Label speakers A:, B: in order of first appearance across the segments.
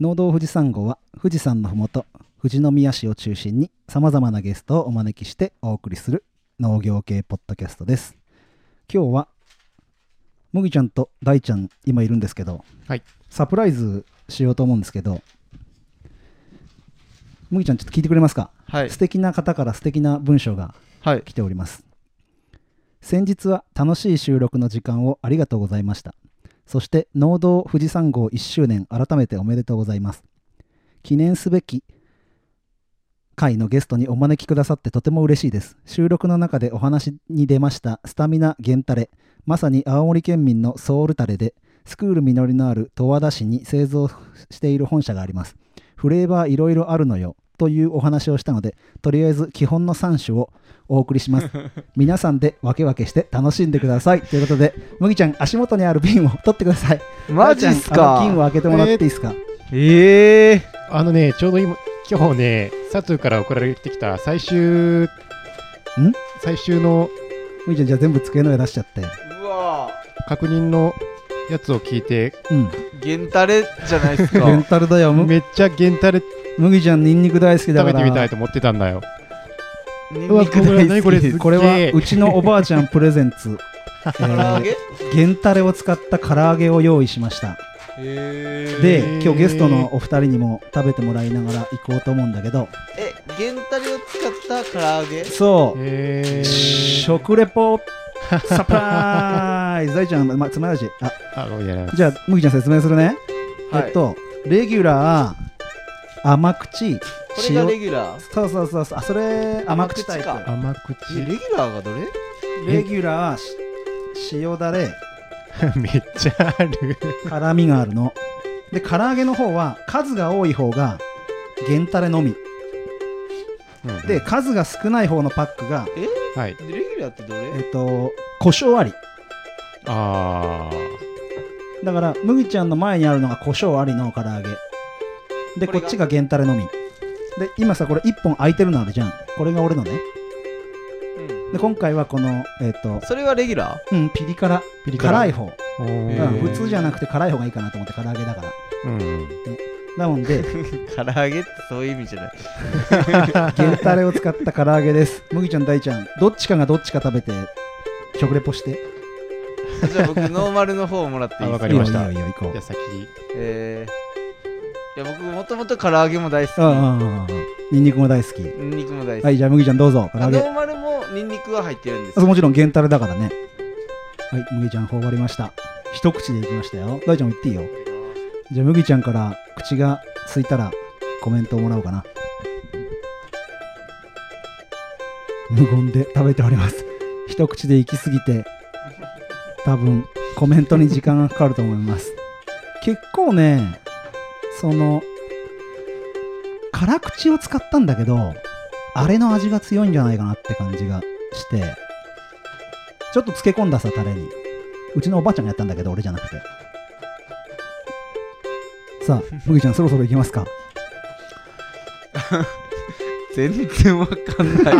A: 農道富士山号は富士山のふもと富士宮市を中心にさまざまなゲストをお招きしてお送りする農業系ポッドキャストです今日はもぎちゃんと大ちゃん今いるんですけど、
B: はい
A: サプライズしようと思うんですけどもぎちゃんちょっと聞いてくれますか、
B: はい
A: 素。敵な方から素敵な文章が
B: はい。
A: 来ております先日は楽しい収録の時間をありがとうございましたそして農道富士山号1周年改めておめでとうございます記念すべき回のゲストにお招きくださってとても嬉しいです収録の中でお話に出ましたスタミナ源タレまさに青森県民のソウルタレでスクール実りのある十和田市に製造している本社がありますフレーバーいろいろあるのよというお話をしたのでとりあえず基本の3種をお送りし ます皆さんで分け分けして楽しんでくださいということで麦ちゃん足元にある瓶を取ってください
B: マジっす
A: あの
B: か
A: 金を開けてもらっていいですか、
B: ええ
C: あのね、ちょうど今、今日ね、佐藤から送られてきた最終、ん最終の
A: 麦ちゃんじゃあ全部机の上出しちゃって
B: うわ
C: 確認のやつを聞いて、
A: うん
B: ぁ。ゲンタレじゃないです
A: レン
B: か。
A: タルだよむ
C: めっちゃゲンタレ食
A: 麦ちゃんニンニク大好きだか
C: べ
A: ら
C: てみたいと思ってたんだよ。
B: ニ
C: う
B: ン
C: わ
B: ニク大好き
C: これ何これ
B: です。
C: す
A: これ
C: すっげ
A: は
C: え
A: うちのおばあちゃんプレゼン ツ
B: 唐揚げ
A: 原タレを使った唐揚げを用意しました
B: えー
C: へ
A: で
C: ー
A: 今日ゲストのお二人にも食べてもらいながら行こうと思うんだけど
B: え、ゲンタレを使った唐揚げ
A: そう、
C: えー、
A: 食レポサプライズ大ちゃん、ま、つまようじあ
C: あ、ごめんなさい
A: じゃあ麦ちゃん説明するね、
B: はい
A: えっとレギュラー甘口
B: これが
A: 塩
B: レギュラー。
A: そうそうそうそうあそれ甘口タイプ
B: 甘口か
C: 甘
B: えレギ
C: 口。
B: ュラーがどれ
A: レギュラーし塩だれ
C: めっちゃある。
A: 辛みがあるので唐揚げの方は数が多い方が原タレのみで、数が少ない方のパックが
C: はい。
B: レギュラーってど
A: え
B: れ
A: っと胡椒あり
C: あ
A: だから麦ちゃんの前にあるのが胡椒ありの唐揚げでこ
B: これが
A: っちが原タレのみで今さこれ1本空いてるのあるじゃんこれが俺のねで今回はこのえっ、と
B: それはレギュラ
A: うんピリ辛
C: ー。ピリ辛
A: 辛い。方、
C: お
A: うん
C: ー
A: 普通じゃなくて辛い方がいいかなと思って唐揚げだから
C: うん。
A: なの で
B: ー。唐揚げってそういう意味じゃない。
A: 原タレを使った唐揚げです麦ちゃん大ちゃんどっちかがどっちか食べて食レポして
B: じゃあ僕、ノーマルの方をもらっていいです
C: あわかりまし
A: い
C: た
A: いよいいよいいよ行こ
C: じゃあ
A: う
C: 先、
B: えー。いや、僕、もともと唐揚げも大好き
A: う。んうんうんうんニンニクも大好き
B: ニンニクも大好
A: は
B: き。
A: いじゃあ麦ちゃんどうぞ唐
B: あ
A: 揚
B: ノ
A: げ
B: ーマルもニンニクは入ってるんです
A: あ
B: よ。
A: もちろん原タレだからねはい麦ちゃん頬張りました一口でいきましたよ大ちゃんも言っていいよじゃあ麦ちゃんから口が空いたらコメントをもらおうかな無言で食べております一口で行き過ぎて多分コメントに時間がかかると思います結構ねその辛口を使ったんだけどあれの味が強いんじゃないかなって感じがしてちょっと漬け込んださタレにうちのおばあちゃんがやったんだけど俺じゃなくてさあ麦ちゃんそろそろ行き ますか
B: 全然わかんない。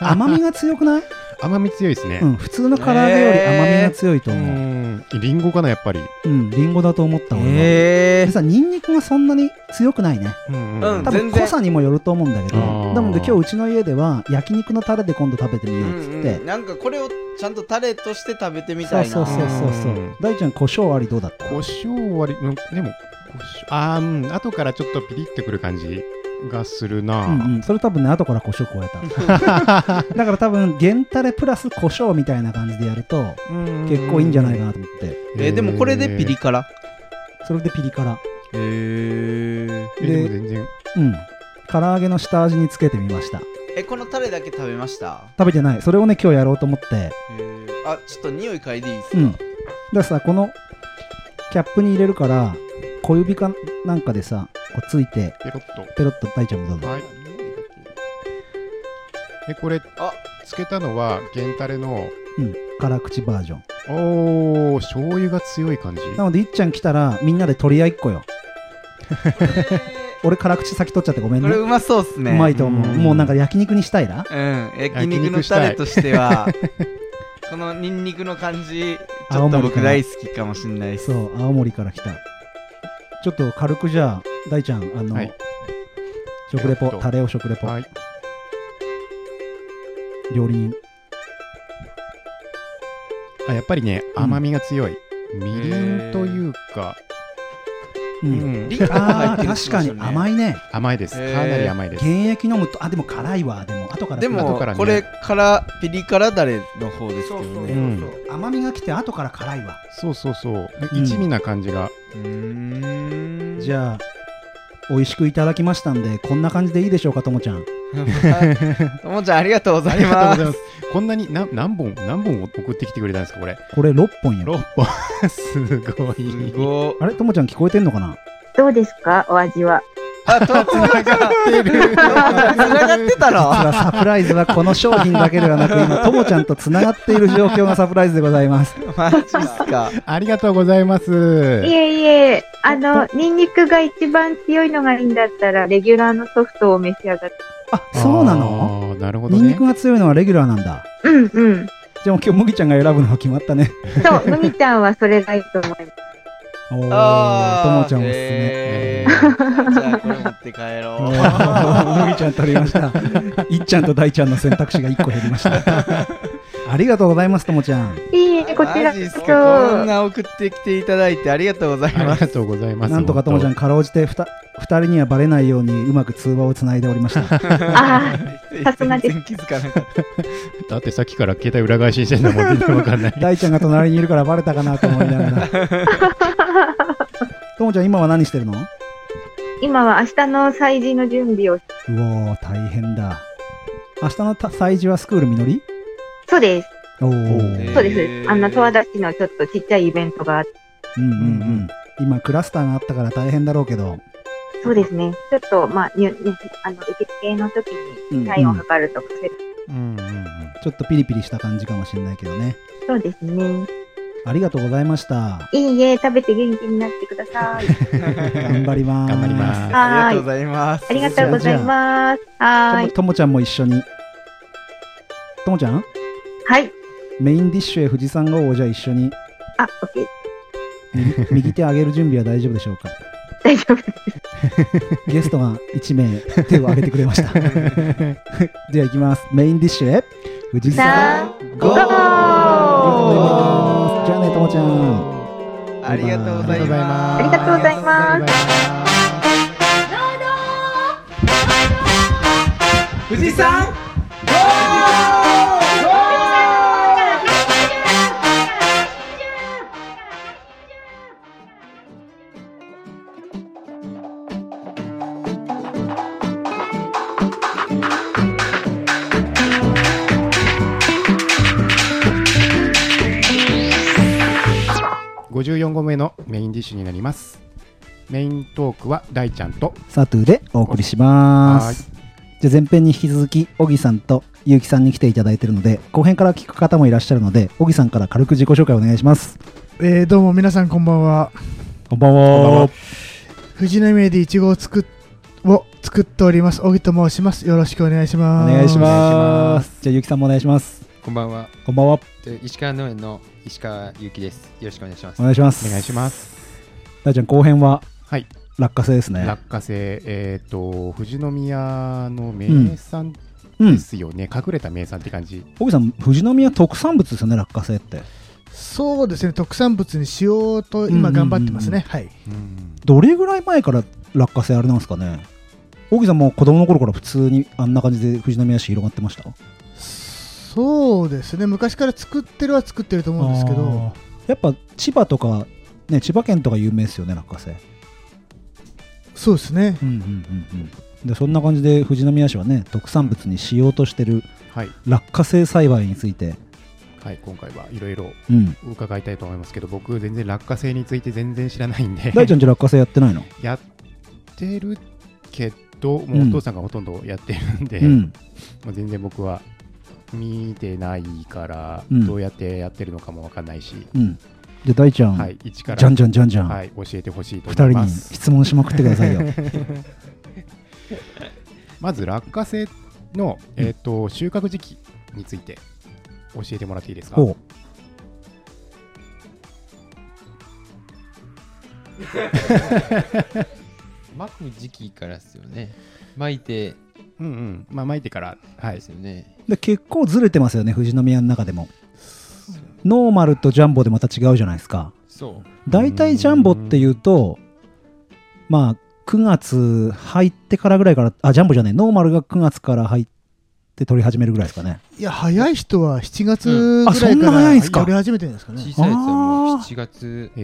A: 甘みが強くない、
C: 甘み強いですね
A: う。ん、普通の唐揚げより甘みが強いと
C: う
A: 思う、
C: ん。リンゴかな、やっぱり。
A: うんリンゴだと思った俺は、
B: え
A: でさニンニクがそんなに強くないね
C: うん
B: うん
A: 多
B: 全
A: 分
B: 然
A: 濃さにもよると思うんだけど
C: あー
A: なので今日うちの家では焼肉のタレで今度食べてみようっつって、
B: うんうんなんかこれをちゃんとタレとして食べてみたいな
A: そうそうそうそうそううん大ちゃん胡椒ありどうだった
C: 胡椒割り、うんでも、胡椒、ああ、うん、後からちょっとピリってくる感じがするな。
A: うんうん、それ多分ね後から胡椒加え ただから多分原タレプラス胡椒みたいな感じでやると結構いいんじゃないかなと思って
B: えーでもこれでピリ
C: へ
B: 辛
A: それでピリ辛
B: へえ
C: ーえでも全然。
A: うん唐揚げの下味につけてみました
B: えこのタレだけ食べました
A: 食べてないそれをね今日やろうと思って
B: あちょっと匂い嗅いでいいです
A: う
B: か、
A: んだからさこのキャップに入れるから小指かなんかでさこうついて
C: ペロッ
A: ペロッと大ちゃんもどう
C: と。
A: ぞ
C: はい。え、これ、
B: あ
C: つけたのは、原タレの、
A: うん辛口バージョン
C: おー、醤油が強い感じ。
A: なのでいっちゃん来たらみんなで取り合いっこよ
B: これ
A: 俺辛口先取っちゃってごめん
B: こ
A: ね
B: れうまそうっす
A: う
B: ね
A: まいと思う
C: うん
A: もうなんか焼肉にしたいな
B: うん焼
C: 焼
B: 肉の
C: 肉し
B: タ
C: たい
B: レとしては このニンニクの感じちょ
A: 青
B: っと
A: 森か
B: 僕
A: な
B: 大好きかもしんないです
A: そう青森から来たちょっと軽くじゃあ大ちゃんあの、
C: はい
A: 食レ
C: え
A: ポ
C: っと
A: タレを食レポ、
C: はい。
A: 料理人
C: あやっぱりね、
A: うん
C: 甘みが強い。みりんというか、
A: う、
C: うん ん、
B: リンゴが入
A: あ
B: って
A: ー
B: る
A: 確かに甘
B: い。
A: いね
C: 甘いです。
B: へー
C: かなり甘いです。
A: 原液飲むとあでも辛いわでも後から
B: で
A: 来る
B: も
C: 後から、ね
B: これからピリ辛だれの方ですけ
A: そ
B: ど
A: うそうそうそう、
B: ね。
A: 甘みが来て後から辛いわ
C: そうそうそう
A: う。ん
C: 一味な感じが。
B: うーん
A: じゃあ美味しくいただきましたんでこんな感じでいいでしょうかともちゃん
B: あともちゃんありがとうござ
C: あ
B: い
C: りがとうござ
B: ます
C: います。こんなに何何本何本送ってきてくれたんですかこれ。
A: これ6本よ
C: 六本すご
B: す
C: い。
B: ごい
A: あれともちゃん聞こえてんのかな
D: どうですかお味は。
B: あとつながって るつながってた
A: 実
B: の
A: はサプライズはこの商品だけでは なく今ともちゃんとつながっている状況がサプライズでございます
B: マジっすか
C: ありがとうございます。
D: いえいえ、あの、ニンニクが一番強いのがいいんだったら、レギュラーのソフトを召し上がって。
A: あそうなの
C: あーなるほど
A: ニンニ
C: ね
A: ク。が強いのはレギュラーなんだ
D: うんうん。
A: じゃあもう今日麦ちゃんが選ぶのは決まったね
D: そう、麦ちゃんはそれがいいと思います。
A: おおとも
B: あー
A: ちゃんおすすめ
C: え
B: へー
C: ー
B: じゃあこれ持って帰
A: お
B: ろ。
A: ー麦ちゃん取りましたいっちゃんと大ちゃんの選択肢が1個減りましたありがとうございますともちゃん
D: いいうえ、こち
B: マ
D: らこ
B: ジっす
D: そ。
B: かこんな送ってきていただいてありがとうござい
C: あ
B: ま
C: りが
B: す。
C: とうございます。
A: なんとかともちゃん
C: 本
A: かろうじて 2, 人にはバレないようにうまく通話をつないでおりました。
D: あさすがです
B: 全然気づかなかっ
C: 当。だってさっきから携帯裏返しにしてるのも全然わかんない
A: 大ちゃんが隣にいるからバレたかなと思いながらともちゃん今は何してるのう
D: 今は明日の祭事の準備を。
A: おー大変だ明日のた祭事はスクールみのり
D: そうです。
A: おお、
B: へー
D: そうです。あの、十和田市のちょっとちっちゃいイベントがあって。
A: うんうんうん今クラスターがあったから大変だろうけど、
D: そうですね。ちょっと、まあ、にゅにゅあの受付の時に
A: うんうん
D: 体温を測るとか、
C: うんうんうん。
A: ちょっとピリピリした感じかもしれないけどね
D: そうですね。
A: ありがとうございました
D: いいえ、食べて元気になってく ださい。
B: た。
A: 頑張ります
C: 頑張ります
B: ありがとうございます。
D: ありがとうございます。はー
A: とも
D: い。
A: ともちゃんも一緒にともちゃん
D: はい。
A: メインディッシュへ富士山号をじゃあ一緒に
D: あ、オッケー。
A: 右手上げる準備は大丈夫でしょう か
D: 大丈夫。
A: ゲストが1名手を挙げてくれました では行きますメインディッシュへ富士山
D: 三、
A: ゴー
D: ゴ
A: ありがとうござい
D: ー
A: ますじゃあねともちゃん
B: ありがとうございます。
D: ありがとうございます。
B: 富士山
C: 54号目のメインディッシュになります。メイントークは大ちゃんと。
A: サトゥーでお送りします。じゃあ前編に引き続き、小木さんと結城さんに来ていただいているので、後編から聞く方もいらっしゃるので、小木さんから軽く自己紹介お願いします。
E: えー、どうも皆さんこんばんは
A: こんばん
C: は。
E: 富士宮でいちごを作っを作っております小木と申しますよろしくお願いし
A: お
E: ます
A: 願いし
C: お願いし
A: ま。
C: ます
A: じゃあ結城さんもお願いします。
F: こんばんは。
A: こんばんは。
F: えー石川農園の石川祐希です。よろしくお願いします。
A: お願いします。
C: お願いします。
A: 大ちゃん、後編は
C: はい。
A: 落花生ですね。
C: 落花生、えっ、と、富士宮の名産
A: う
C: で
A: ん。
C: すよね、隠れた名産って感じ。
A: 小木さん、富士宮特産物ですよね、落花生って。
E: そうですね特産物にしようと今頑張ってますね、はい
C: うん
A: どれぐらい前から落花生あれなんですかね小木さんも子供の頃から普通にあんな感じで富士宮市広がってました
E: そうですね昔から作ってるは作ってると思うんですけど
A: やっぱ千葉とか、ね、千葉県とか有名ですよね落花生
E: そうですね
A: うんうんうんうんでそんな感じで富士宮市はね特産物にしようとしてる
C: はい、
A: 落花生栽培について、
C: はい、今回はいろいろ
A: うん、
C: 伺いたいと思いますけど、僕、全然落花生について全然知らないんで、
A: 大ちゃんじゃ落花生やってないの、
C: やってるけど、もうお父さんがほとんどやってるんで、
A: うん
C: もう全然僕は見てないから、
A: うん
C: どうやってやってるのかもわかんないし、
A: うんじゃあ大ちゃん、
C: はい、一から
A: じゃんじゃんじゃんじゃん、
C: はい、教えてほしいと
A: 二
C: 思い
A: 人
C: ま
A: に
C: す。
A: 質問しまくってくださ いよ
C: まず落花生の、えー、と収穫時期について教えてもらっていいですか
A: ほう
F: 巻く時期からですよね。巻いて
C: うんうん。まあ、巻いてから。は
F: で
C: い
F: す。よね。
A: で結構ずれてますよね富士宮の中でもノーマルとジャンボでまた違うじゃないですか
F: そ
A: 大体ジャンボっていうとまあ9月入ってからぐらいからあジャンボじゃねえノーマルが9月から入って取り始めるぐらいですかね
E: いや、早い人は7月
F: う
E: ぐ
A: んあ
E: らい
A: そん
E: か
A: な早
E: ら
A: いんすか
E: 寄り始めてるんですか
F: う。
E: ね。
F: 小さいやつはもう7月。
C: え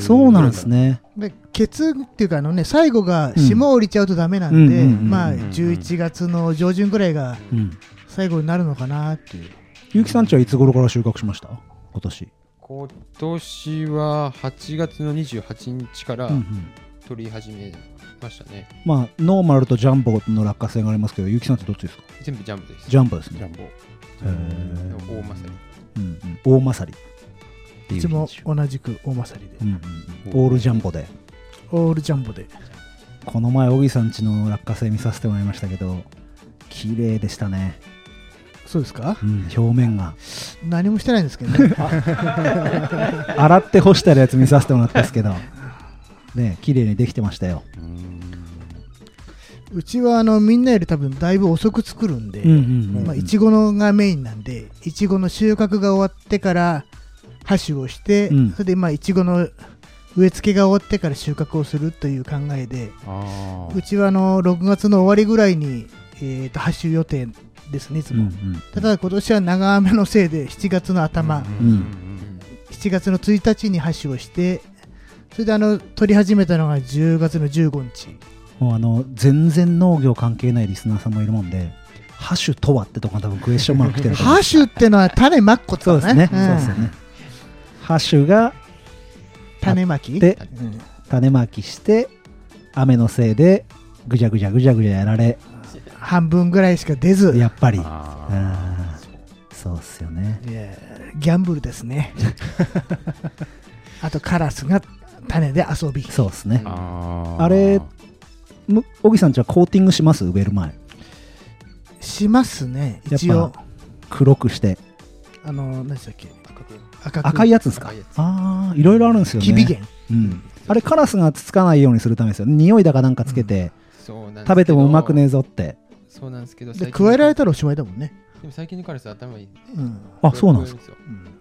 C: ー
A: そうなんです。ね
E: でケツっていうかあのね最後が霜降りちゃうとダメな
A: うん
E: んで、
A: うんうんうんうん
E: まあ11月の上旬ぐらいが
A: うん
E: 最後になるのかなっていう
A: 結城さんちはいつ頃から収穫しました今年、
F: 今年は8月の28日から
A: うんうん
F: 取り始めましたね。
A: まあノーマルとジャンボの落花生がありますけど結城さんちどっちですか
F: 全部ジャンボです。
A: ジャンボですね
C: ジャンボ。
A: へー
F: 大まさに。
A: うんうん、大まさりって
E: う
A: いう
E: ちも
A: 品種
E: 同じく大まさりで
A: うんうんうんオールジャンボで
E: オールジャンボで
A: この前小木さんちの落花生見させてもらいましたけど綺麗でしたね、
E: そうですか
A: うん、表面が
E: 何もしてないんですけどね
A: 洗って干してあるやつ見させてもらったんですけ どね綺麗にできてましたよ、
E: うちはあのみんなより多分だいぶ遅く作るんで、まあ、いちごのがメインなんでいちごの収穫が終わってから箸をして、
A: うん
E: それでまあいちごの植え付けが終わってから収穫をするという考えで、
C: あ
E: うちはあの6月の終わりぐらいに、えー、と発種予定ですね、いつ
A: うんう
E: も。
A: ん
E: ただ、今年は長雨のせいで、7月の頭、
F: うん
E: 7月の1日に発種をして、それであの取り始めたのが10月の15日。
A: もうあの全然農業関係ないリスナーさんもいるもんで「ハッシュとは」ってとこが多分クエスチョンマーク来てると思う
E: 発種ってのは種まくこ
A: そ
E: と
A: うで
E: だ
A: す
E: ね。
A: ね、そうですよねハッシュが
E: 種まき。
A: で
E: うん
A: 種まきして雨のせいでぐじゃぐじゃぐじゃぐじゃやられ
E: 半分ぐらいしか出ず、
A: やっぱりうん
C: あ
A: そうっすよね
E: いやギャンブルです ね。あと、カラスが種で遊び。
A: そうっすね
C: ーあー
A: あれむ小木さんじゃあコーティングします植える前
E: しますね、一
A: やっ
E: 応。
A: 黒くして
E: あの、何でしたっけ
F: 赤く
E: 赤く
A: 赤いやつですか
F: 赤いやつ
A: ああいろいろあるんですよね
E: キビゲ
A: う
E: ン。
A: んあれカラスがつつかないようにするためですよね匂いだかなんかつけて
F: そうなんですけど
A: 食べてもうまくねえぞって
F: そうなんですけど
E: で加えられ
F: た
E: たらおしまいだもんね。
F: でも最近のカラスは頭いい
E: うん。
A: あそうなんですか
F: か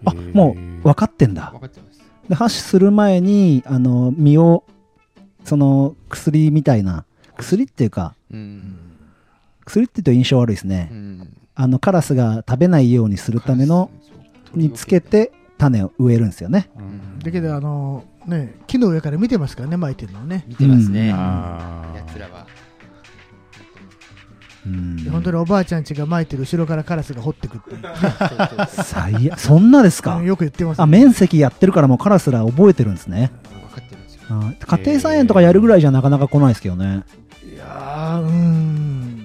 A: あもう分
C: わ
A: かってんだ
F: 分かっちゃいます
A: で箸する前にあの身をその薬みたいな薬っていうか
F: うん、
A: 薬って言うと印象悪いですね、
F: うん、
A: あのカラスが食べないようにするためのにつけて種を植えるんですよね。
E: だけど、あのね、木の上から見てますからね、巻いてるのをね。
F: 見てますね、
A: うん
F: や
C: あー
F: つらは
A: うん
E: 本当におばあちゃんちが巻いてる後ろからカラスが掘ってくっていう
F: そうそう
A: 最悪そんなですか
E: うんよく言ってます
A: あ。面積やってるからもうカラスら覚えてるんですね
F: そう分かってる んですよ
A: あー家庭菜園とかやるぐらいじゃなかなか来ないですけどね
E: いやーうーん。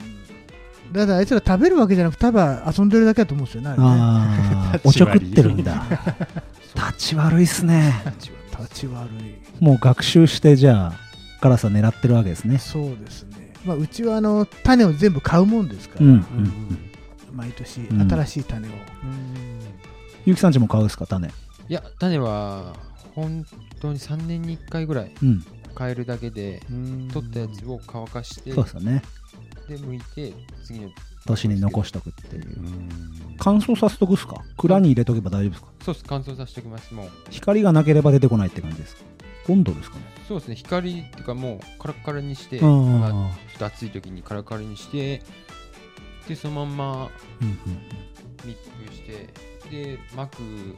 E: だからあいつら食べるわけじゃなくて、ただ遊んでるだけだと思うんですよね。あれね
A: ああおち
C: 立ち
A: ょく
C: 悪い
A: ってるんだ立ち悪いっすね
E: 立ち悪い。
A: もう学習してじゃあカラスは狙ってるわけですね
E: そうですね。まあ、うちはあの種を全部買うもんですか
A: う
E: ら、
A: んうんうん
E: 毎年、
A: ん
E: 新しい種を。
A: 結城さんちも買うんですか種
F: いや種は本当に3年に1回ぐらい
A: うん
F: 変えるだけで
C: うん
F: 取ったやつを乾かして
A: そうですよね
F: で剥いて次の
A: 年に残しとくっていう
C: うん
A: 乾燥させとくっすか蔵に入れとけば大丈夫ですか
F: そうです乾燥させておきますもう
A: 光がなければ出てこないって感じですか温度ですかね
F: そうですね光っていうかもうカラッカラにして、まあちょ
A: あ
F: っと暑い時にカラッカラにしてでそのまんま
A: ーうんうん
F: 密封してで巻く1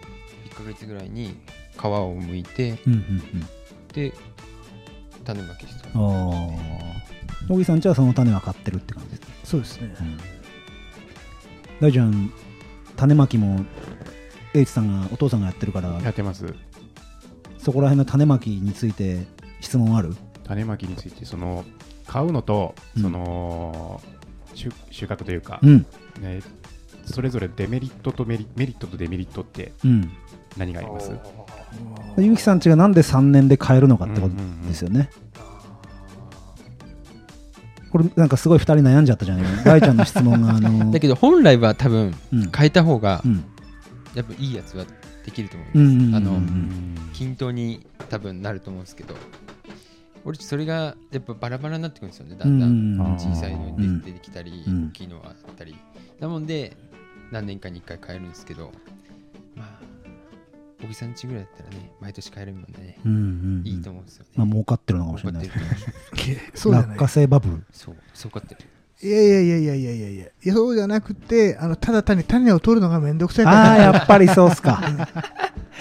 F: ヶ月ぐらいに皮を剥いて
A: うんうん
F: で種まきした
A: うんああ小木さんちはその種は買ってるって感じですね、
E: そうですね。
A: 大ちゃん種まきも英一さんがお父さんがやってるから
C: やってます。
A: そこら辺の種まきについて質問ある
C: 種まきについて、その、買うのと、
A: うん
C: その、収収穫というか、
A: ん
C: ねそれぞれデメリットとメリメリットとデメリットって
A: うん
C: 何があります
A: でゆきさんちがなんで3年で買えるのかってこと
C: うんうんうん
A: ですよね、これなんかすごい2人悩んじゃったじゃない大ちゃんの質問があの
F: だけど本来は多分
A: うん
F: 変えた方が
A: うん
F: やっぱいいやつはできると思います、
A: うんうんうん
F: あの均等に多分なると思うんですけど俺それがやっぱバラバラになってくるんですよねだんだん
A: うんうんうん
F: 小さいの
A: うん
F: に出てきたり、
A: うん
F: 大きいのがあったりなもんで何年かに1回変えるんですけどまあ小木さんちぐらいだったらね毎年変えるもんでね、
A: うんうんうん
F: いいと思うんですよね、
A: まあ儲かってるのかもしれない
F: 儲
A: です
F: かってる
E: けそうじゃな
A: 落
E: い
A: 花生バブル
F: そうそうかってる
E: いやいやいやいやいやいやいやいやそうじゃなくてあのただ単に種を取るのがめんどくさいから
A: ああやっぱりそうっす か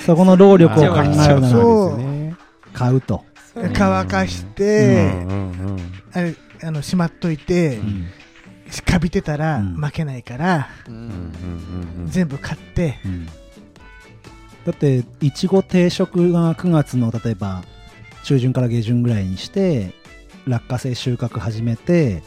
A: そこの労力を考えるなら
E: そう
A: 買うと、
E: 乾かして、
C: うん
E: あれあのしまっといて、
A: うん
E: かびてたら
A: うん
E: 負けないから、
F: う
C: うんうん
F: ん
C: うん
E: 全部買って
A: うんだっていちご定食が9月の例えば中旬から下旬ぐらいにして落花生収穫始めて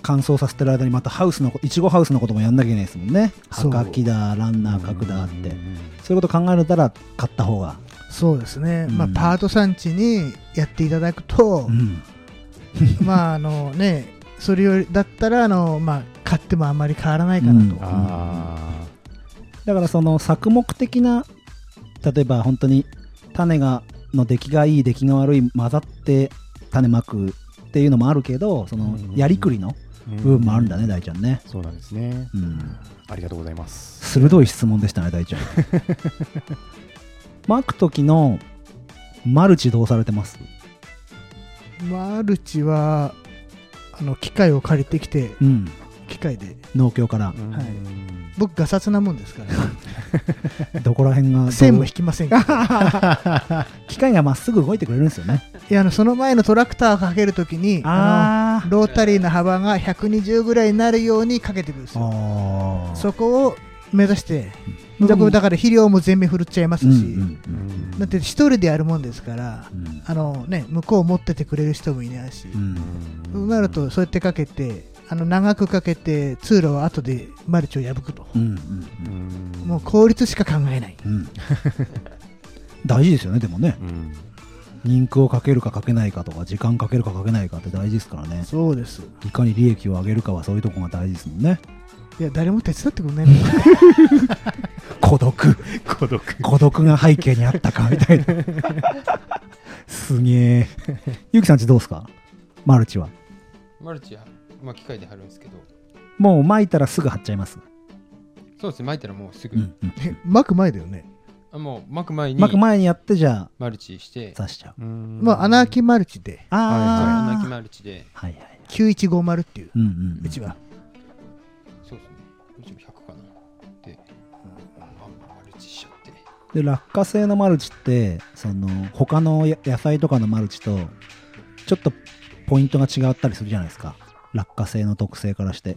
A: 乾燥させてる間にまたハウスのこいちごハウスのこともやんなきゃいけないですもんね
E: そう
A: はかきだランナー角だってそういうこと考えるなら買った方が、
E: そうですね、
A: うん
E: まあ、パートさんちにやっていただくと
A: う、ん
E: まああのねそれよりだったらあの、まあ、買ってもあんまり変わらないかなと、
A: うん
C: あ
A: だからその作目的な例えば本当に種がの出来がいい出来が悪い混ざって種まくっていうのもあるけどその
C: うん
A: やりくりの
C: ー
A: 部分もあるんだね大ちゃんね、
C: そうなんですね
A: うん、
C: ありがとうございます
A: 鋭い質問でしたね大ちゃんまく時のマルチどうされてます
E: マルチはあの機械を借りてきて
A: うん
E: 機械で
A: 農協から
E: はい僕がさつなもんです から
A: どこら辺がどう
E: 線も引きません から
A: 機械がまっすぐ動いてくれるんですよね
E: いやあのその前のトラクターをかけるときにあ
A: ー
E: のロータリーの幅が120ぐらいになるようにかけてくるんですよ
A: あー
E: そこを目指して
A: うんでも
E: 僕だから肥料も全面振るっちゃいますし、
A: うんうんうん
E: だって一人でやるもんですから
A: うん
E: あの、ね、向こう持っててくれる人もいないし、
A: うん
E: そうなるとそうやってかけてあの長くかけて通路は後でマルチを破くと、
A: うんうん
E: もう効率しか考えない
A: うん大事ですよねでもね
C: うん
A: 人空をかけるかかけないかとか時間かけるかかけないかって大事ですからね
E: そうです
A: いかに利益を上げるかはそういうとこが大事ですもんね
E: いや誰も手伝ってくれないの
A: 孤独
C: 孤独
A: 孤独が背景にあったかみたいなすげえゆきさんちどうですかマルチは
F: マルチは、まあ、機械で貼るんですけど
A: もう撒いたらすぐ貼っちゃいます、
F: そうですね巻いたらもうすぐ、
A: うんうん
E: え巻く前だよね
F: あもう巻く前に
A: 撒く前にやってじゃあ
F: マルチして
A: 刺しちゃう
E: まあ穴あきマルチで
F: 穴
A: あ
F: あき
A: あ
F: マルチで
A: はいはい
E: 9150っていう
A: うんうん
E: うちは
F: そうですねうちも100かなで、あマルチしちゃって
A: で落花生のマルチってその他のや野菜とかのマルチとちょっとポイントが違ったりするじゃないですか落花生の特性からして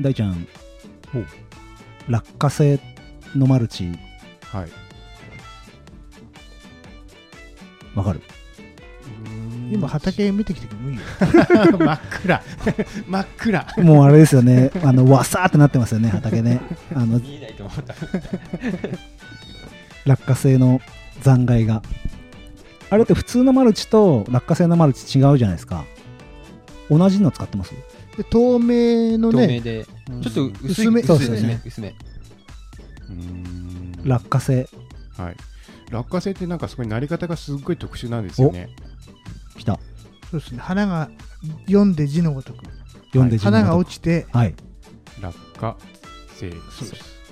A: 大ちゃん
C: ほう
A: 落花生のマルチ
C: はい
A: わかる
E: 今畑見てきてくれもいいよ
C: 真っ暗 真っ暗
A: もうあれですよね あのわさーってなってますよね畑ねあの
F: 見えないと思った
A: 落花生の残骸があれって普通のマルチと落花生のマルチ違うじゃないですか同じの使ってます
E: で透明の
F: 透明
E: ね
F: でちょっと薄
E: 薄め
F: め
A: そう
F: 薄
A: で
F: い
A: すね
F: ですね薄め
C: うん
A: 落花生
C: はい落花生ってなんかすごいなり方がすっごい特殊なんですよね
A: きた
E: そうですね花が読んで字のごとく
A: 読んで字の
E: 花が
A: ごと
E: 落ちて
A: くはい
C: 落花生
E: そうです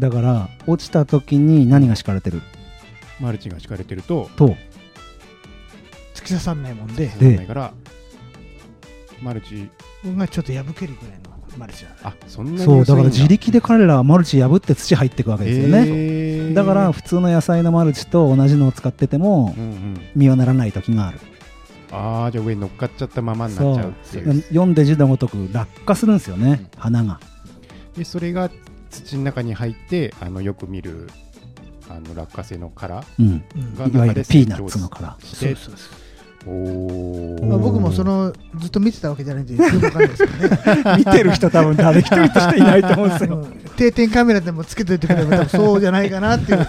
A: だから落ちた時に何が敷かれてる
C: マルチが敷かれてると
A: と
E: 突き刺さんないもんで
A: で
C: だからマルチ
E: 僕がちょっと破けるぐらいのマルチなんで
C: あそんなに
A: そうだから
C: 薄い
A: 自
C: ん
A: 力で彼らはマルチ破って土入っていくわけですよね、
C: へー
A: だから普通の野菜のマルチと同じのを使ってても
C: うんうん
A: 実はならない時がある
C: ああじゃあ上に乗っかっちゃったままにな
A: そ
C: っ
A: う
C: ちゃうっていう
A: 読んで字のごとく落下するんですよね、花が
C: でそれが土の中に入ってあのよく見るあの落花生の殻
A: うん
E: す、
C: が
A: いわゆ
C: 中
A: る
C: で
A: ピ
C: 成
A: ーナッ
C: 長
A: ツの殻
C: して
E: そうそう
C: お
E: うん
A: お
E: ま
A: ー
C: お
E: あ、僕もそのずっと見てたわけじゃないん でよくわかんないですけどね
A: 見てる人多分誰一人としていないと思うんです
E: あ
A: よ
E: の定点カメラでもつけといてくれば多分そうじゃないかな っていう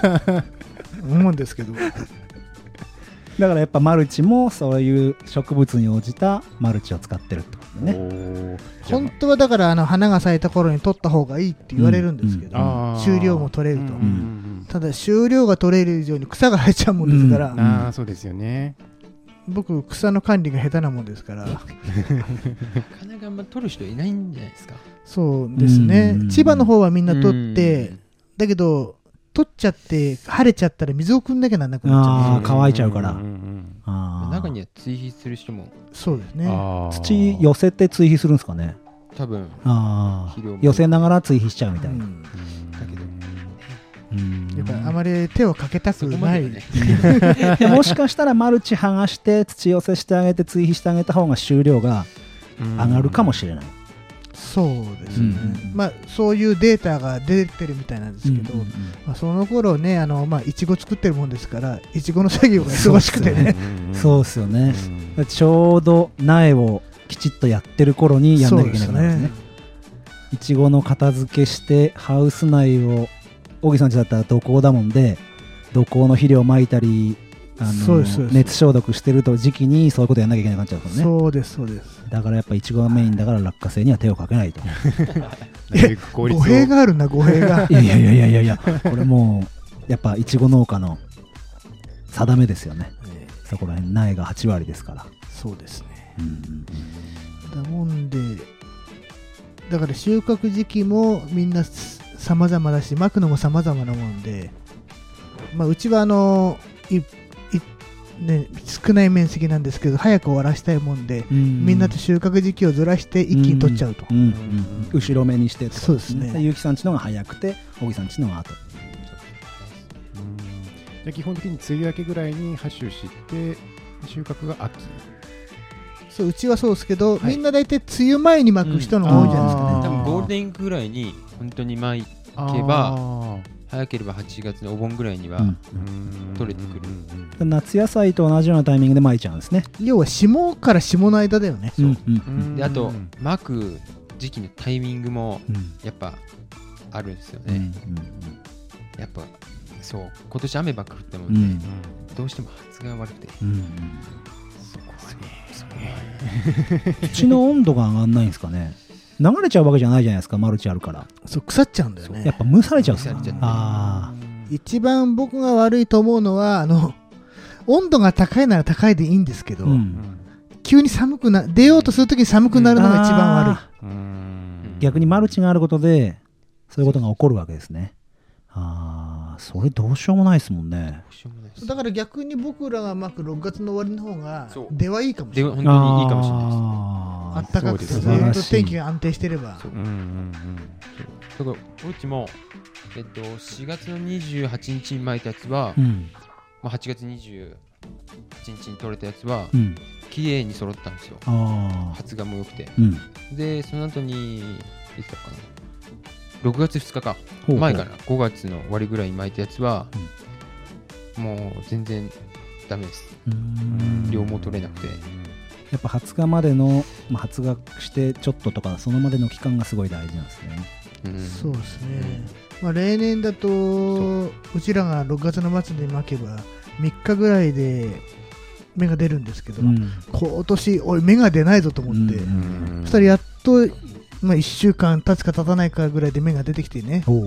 E: 思うんですけど
A: だからやっぱマルチもそういう植物に応じたマルチを使ってるってことよね。
C: おーじゃあ
E: 本当はだからあの花が咲いた頃に取った方がいいって言われるんですけど、
A: うん
C: あー
E: 収量も取れると、
C: うんうん
E: ただ収量が取れる以上に草が生えちゃうもんですから、
C: うんああそうですよね
E: 僕草の管理が下手なもんですから
F: なかなかあんま取る人いないんじゃないですか。
E: そうですね、
A: うん
E: 千葉の方はみんな取って、
F: うん
E: だけど取っちゃって晴れちゃったら水を汲んなきゃなんなくなっちゃう
A: ああ、乾いちゃうから
C: ん。ん
A: あー
F: 中には追肥する人も
E: そうです
C: うん
E: ね
C: あー
A: 土寄せて追肥するんですかね。
F: 多分
A: ああ
F: 肥料も、
A: 寄せながら追肥しちゃうみ
E: う
A: たいな。
E: ん
C: うん
F: だけど
A: うん
E: やっぱあまり手をかけたく
F: そこま
E: な
F: で
E: い、
F: はね。
A: でもしかしたらマルチ剥がして土寄せしてあげて追肥してあげた方が収量が
C: うん
A: 上がるかもしれない。
E: そうですね、
A: うん
E: まあそういうデータが出てるみたいなんですけど、
A: うんうん
E: まあ、その頃ねあのまあいちご作ってるもんですからいちごの作業が忙しくて
A: そうで
E: ね
C: うん
A: う
C: うんん
A: そうですよね。
C: うん
A: ちょうど苗をきちっとやってる頃にやんなきゃ いけなくなるんですね。いちごの片付けしてハウス内を小木さんちだったら土耕だもんで土耕の肥料をまいたりあ
E: そう
A: の
E: ですそうです
A: 熱消毒してると時期にそういうことやんなきゃいけなくなっちゃうからね
E: そうですそうです
A: だからやっぱいちごがメインだから落花生には手をかけないと
C: なるべく効
E: 語
C: 率を
E: 弊があるな語 弊が
A: いやいやいやいやいやいやこれもうやっぱいちご農家の定めですよね
E: え
A: そこら辺苗が8割ですから、
E: えそうですね
A: うん
E: だもんでだから収穫時期もみんなす様々だし巻くのも様々なもんで、まあ、うちはあのいいね、少ない面積なんですけど早く終わらしたいもんで、みんなと収穫時期をずらして一気に取っちゃうと、
A: うんうんうん後ろ目にしてってこと
E: そうですね
A: 結城さんちのが早くて小木さんちのが後
C: うんじゃあ基本的に梅雨明けぐらいに発種して収穫が秋
E: そううちはそうですけど、
C: はい
E: みんな大体梅雨前に巻く人の方が多いじゃないですか、
C: あー
F: 多分ゴールデンウィークぐらいに本当にまい
C: あー
F: けば早ければ8月のお盆ぐらいには、
A: うん
C: うん
F: 取れてくる
C: うんうん
A: 夏野菜と同じようなタイミングでまいちゃうんですね
E: 要は霜から霜の間だよね、
A: うんうん
C: うん
F: であとまく時期のタイミングも
A: うん
F: やっぱあるんですよ
A: うんう
F: ね、
A: ん
F: やっぱそう今年雨ばっか降ったも
A: うん
F: で、
A: ん
F: どうしても発芽が悪くて
A: うん
F: そこはねそこは
A: 土の温度が上がんないんですかね流れちゃうわけじゃないじゃないですかマルチあるから
E: そう腐っちゃうんだよ
A: や
E: ね
A: っぱ蒸されちゃうんですか
F: 蒸されちゃって
A: あ
E: 一番僕が悪いと思うのはあの温度が高いなら高いでいいんですけ
A: あ
E: ど、
A: うん
E: 急に寒くな出ようとするときに寒くなるのが一番悪い、
A: あ
C: うん
A: ー逆にマルチがあることでそういうことが起こるわけですねああそれどうしようもないですもんね
F: どうしようもないです
E: だから逆に僕らが巻く6月の終わりの方が
F: そう
E: 出はいいかもし
F: で
E: れない
F: 本当にいいかもしれないですね
E: あ
A: あ
E: ったかくて
C: そ
E: ず
C: うですね
E: っと天気が安定してれば
F: そう
C: うんうん
F: だからうちも、えっと、4月の28日に巻いたやつは、
A: うん
F: まあ、8月28日に取れたやつは
A: うん
F: 綺麗に揃ったんですよ
A: ああ
F: 発芽も良くて
A: うん
F: でその後にいつだったかな6月2日か
A: ほうほう
F: 前かな5月の終わりぐらいに巻いたやつは、もう全然ダメです
A: うーん
F: 量も取れなくて
A: やっぱ20日までの、まあ、発芽してちょっととかそのまでの期間がすごい大事なんですね
F: うん
E: そうですね、まあ、例年だとうちらが6月の末で巻けば3日ぐらいで芽が出るんですけど、今年おい芽が出ないぞと思って、
A: う
E: そ
A: ん
C: うん
E: 二人やっと、まあ、1週間経つか経たないかぐらいで芽が出てきてね
A: おお、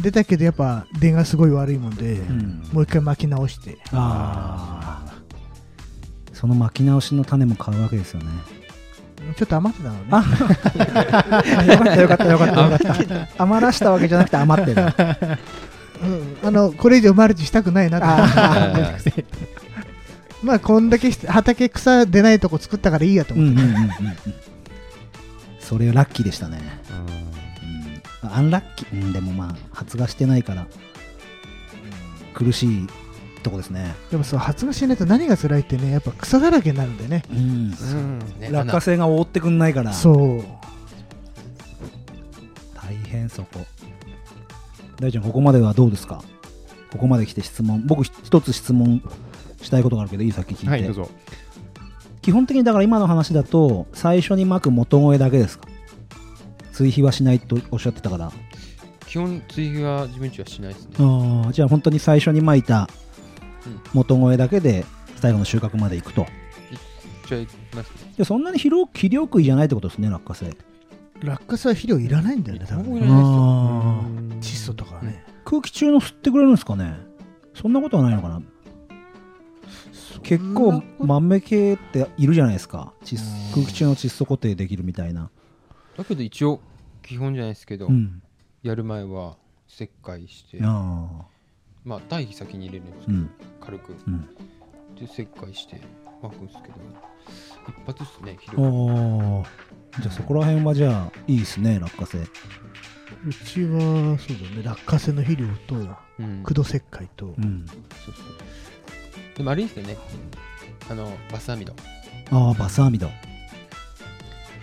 E: 出たけどやっぱ出がすごい悪いもんで、
A: うん
E: もう一回巻き直して
A: ああその巻き直しの種も買うわけですよね
E: ちょっと余ってたのね
A: あよかったよかったよかった余らしたわけじゃなくて余ってるあ
E: うんあのこれ以上マルチしたくないなと思って
A: あ
F: はいはい
E: まあこんだけして畑草出ないとこ作ったからいいやと
A: うんう
E: 思っ
A: ん
E: て、
A: うんうんうんそれラッキーでしたね、うん、アンラッキー、うん、でもまあ発芽してないから苦しいとこですね
E: でもそう発芽しないと何が辛いってねやっぱ草だらけになるんでね
A: うん
F: ね
A: 落花生が覆ってくんないから
E: そう
A: 大変そこ大ちゃんここまではどうですかここまで来て質問僕ひ一つ質問したいことがあるけどいいさっき聞いて、
C: はいどうぞ
A: 基本的にだから今の話だと最初にまく元越えだけですか追肥はしないとおっしゃってたから
F: 基本追肥は自分ちはしないですね、
A: ああじゃあ本当に最初にまいた
F: うん
A: 元越えだけで最後の収穫までいくと
F: ちゃいますね。
A: じゃあそんなに肥料肥料食いじゃないってことですね、落花生。
E: 落花生は肥料いらないんだよね、多分
F: 僕い
E: ね
F: らないですよ
A: あー
F: うん
E: 窒素とかはね。
A: 空気中の吸ってくれるんですかねそんなことはないのかな結構豆系っているじゃないですか窒素
E: うん
A: 空気中の窒素固定できるみたいな、
F: だけど一応基本じゃないですけど、
A: うん、
F: やる前は切開して、
A: あ
F: まあ堆肥先に入れるんで
A: ーう
F: すけど、
A: ん
F: 軽く
A: うん
F: で切開して巻くんですけど、一発ですね。肥料
A: おーじゃあそこら辺はじゃあいいですね落花生
E: うちは、そうだね、落花生の肥料と、
F: うん
E: 駆動石灰と
A: う、ん
F: そうそうでもあれですよね。あのバスアミド。
A: ああバスアミド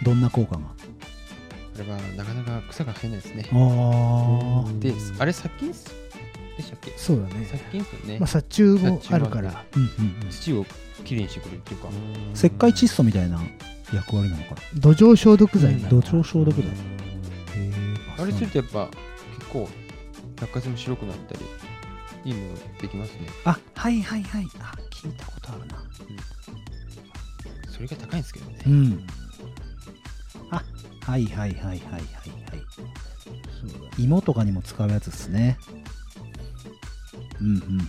A: どんな効果が
F: あれはなかなか草が生えないですね。
A: ああ
F: で、あれ殺菌っすでしたっけ
E: そうだね
F: 殺、菌っすよね
E: まあ、。殺虫も
F: 殺虫も
E: あるから、
A: うんうんうん
F: 土をきれいにしてくれるっていうか。
A: 石灰窒素みたいな役割なのかな
E: 土壌消毒剤になる
A: 土
E: から
A: 壌消毒剤へえ
F: あれするとやっぱ結構落花生も白くなったりいいものできますね
A: あはいはいはいあ聞いたことあるな
F: それが高いんですけどね
A: うんあはいはいはいはいはいはい芋とかにも使うやつですねうんうんうんうん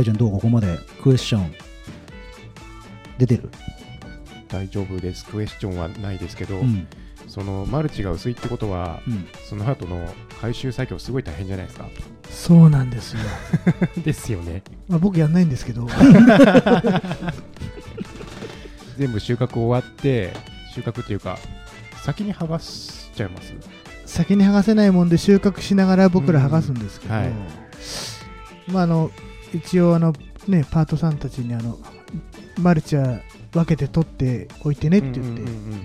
A: 大ちゃんどうここまでクエスチョン出てる
C: 大丈夫です。クエスチョンはないですけど、
A: うん
C: そのマルチが薄いってことは、
A: うん
C: その後の回収作業すごい大変じゃないです か。
E: そうなんですよ、
C: ですよね。
E: まあ、僕やんないんですけど
C: 全部収穫終わって、収穫っていうか、先に剥がしちゃいます。
E: 先に剥がせないもんで収穫しながら僕ら剥がすんですけど、
C: うんはい
E: まああの一応あのねパートさんたちにあのマルチは分けて取っておいてねって言って、
C: うんうんうん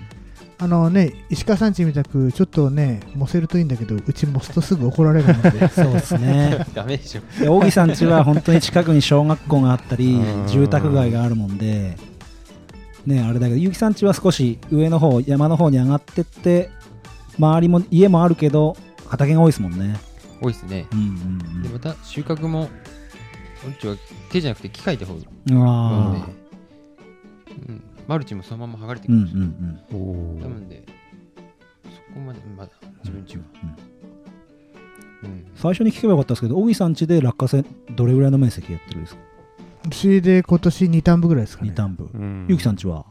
E: あのね石川さんちみたくちょっとねもせるといいんだけどうちもすとすぐ怒られるので
A: そうですね
F: ダメでしょ
A: で小木さん家は本当に近くに小学校があったり
C: うん
A: 住宅街があるもんでねあれだけど結城さん家は少し上の方山の方に上がってって周りも家もあるけど畑が多いですもんね
F: 多いですね
A: うんうん
F: でまた収穫も俺たちは手じゃなくて機械で掘る
A: うん
F: ので
A: ああ
F: うん、マルチもそのまま剥がれてく
A: う
F: る
A: んうんん
F: です
A: う
F: よ、
A: ん
C: お
F: な
C: ー
F: のでそこまでまだ自分ちは
A: うん
F: うん
A: 最初に聞けばよかったんですけど小木さん家で落花生どれぐらいの面積やってるんですか
E: うちで今年2単部ぐらいですかね
A: 二端部
C: うん
A: 結城さん家は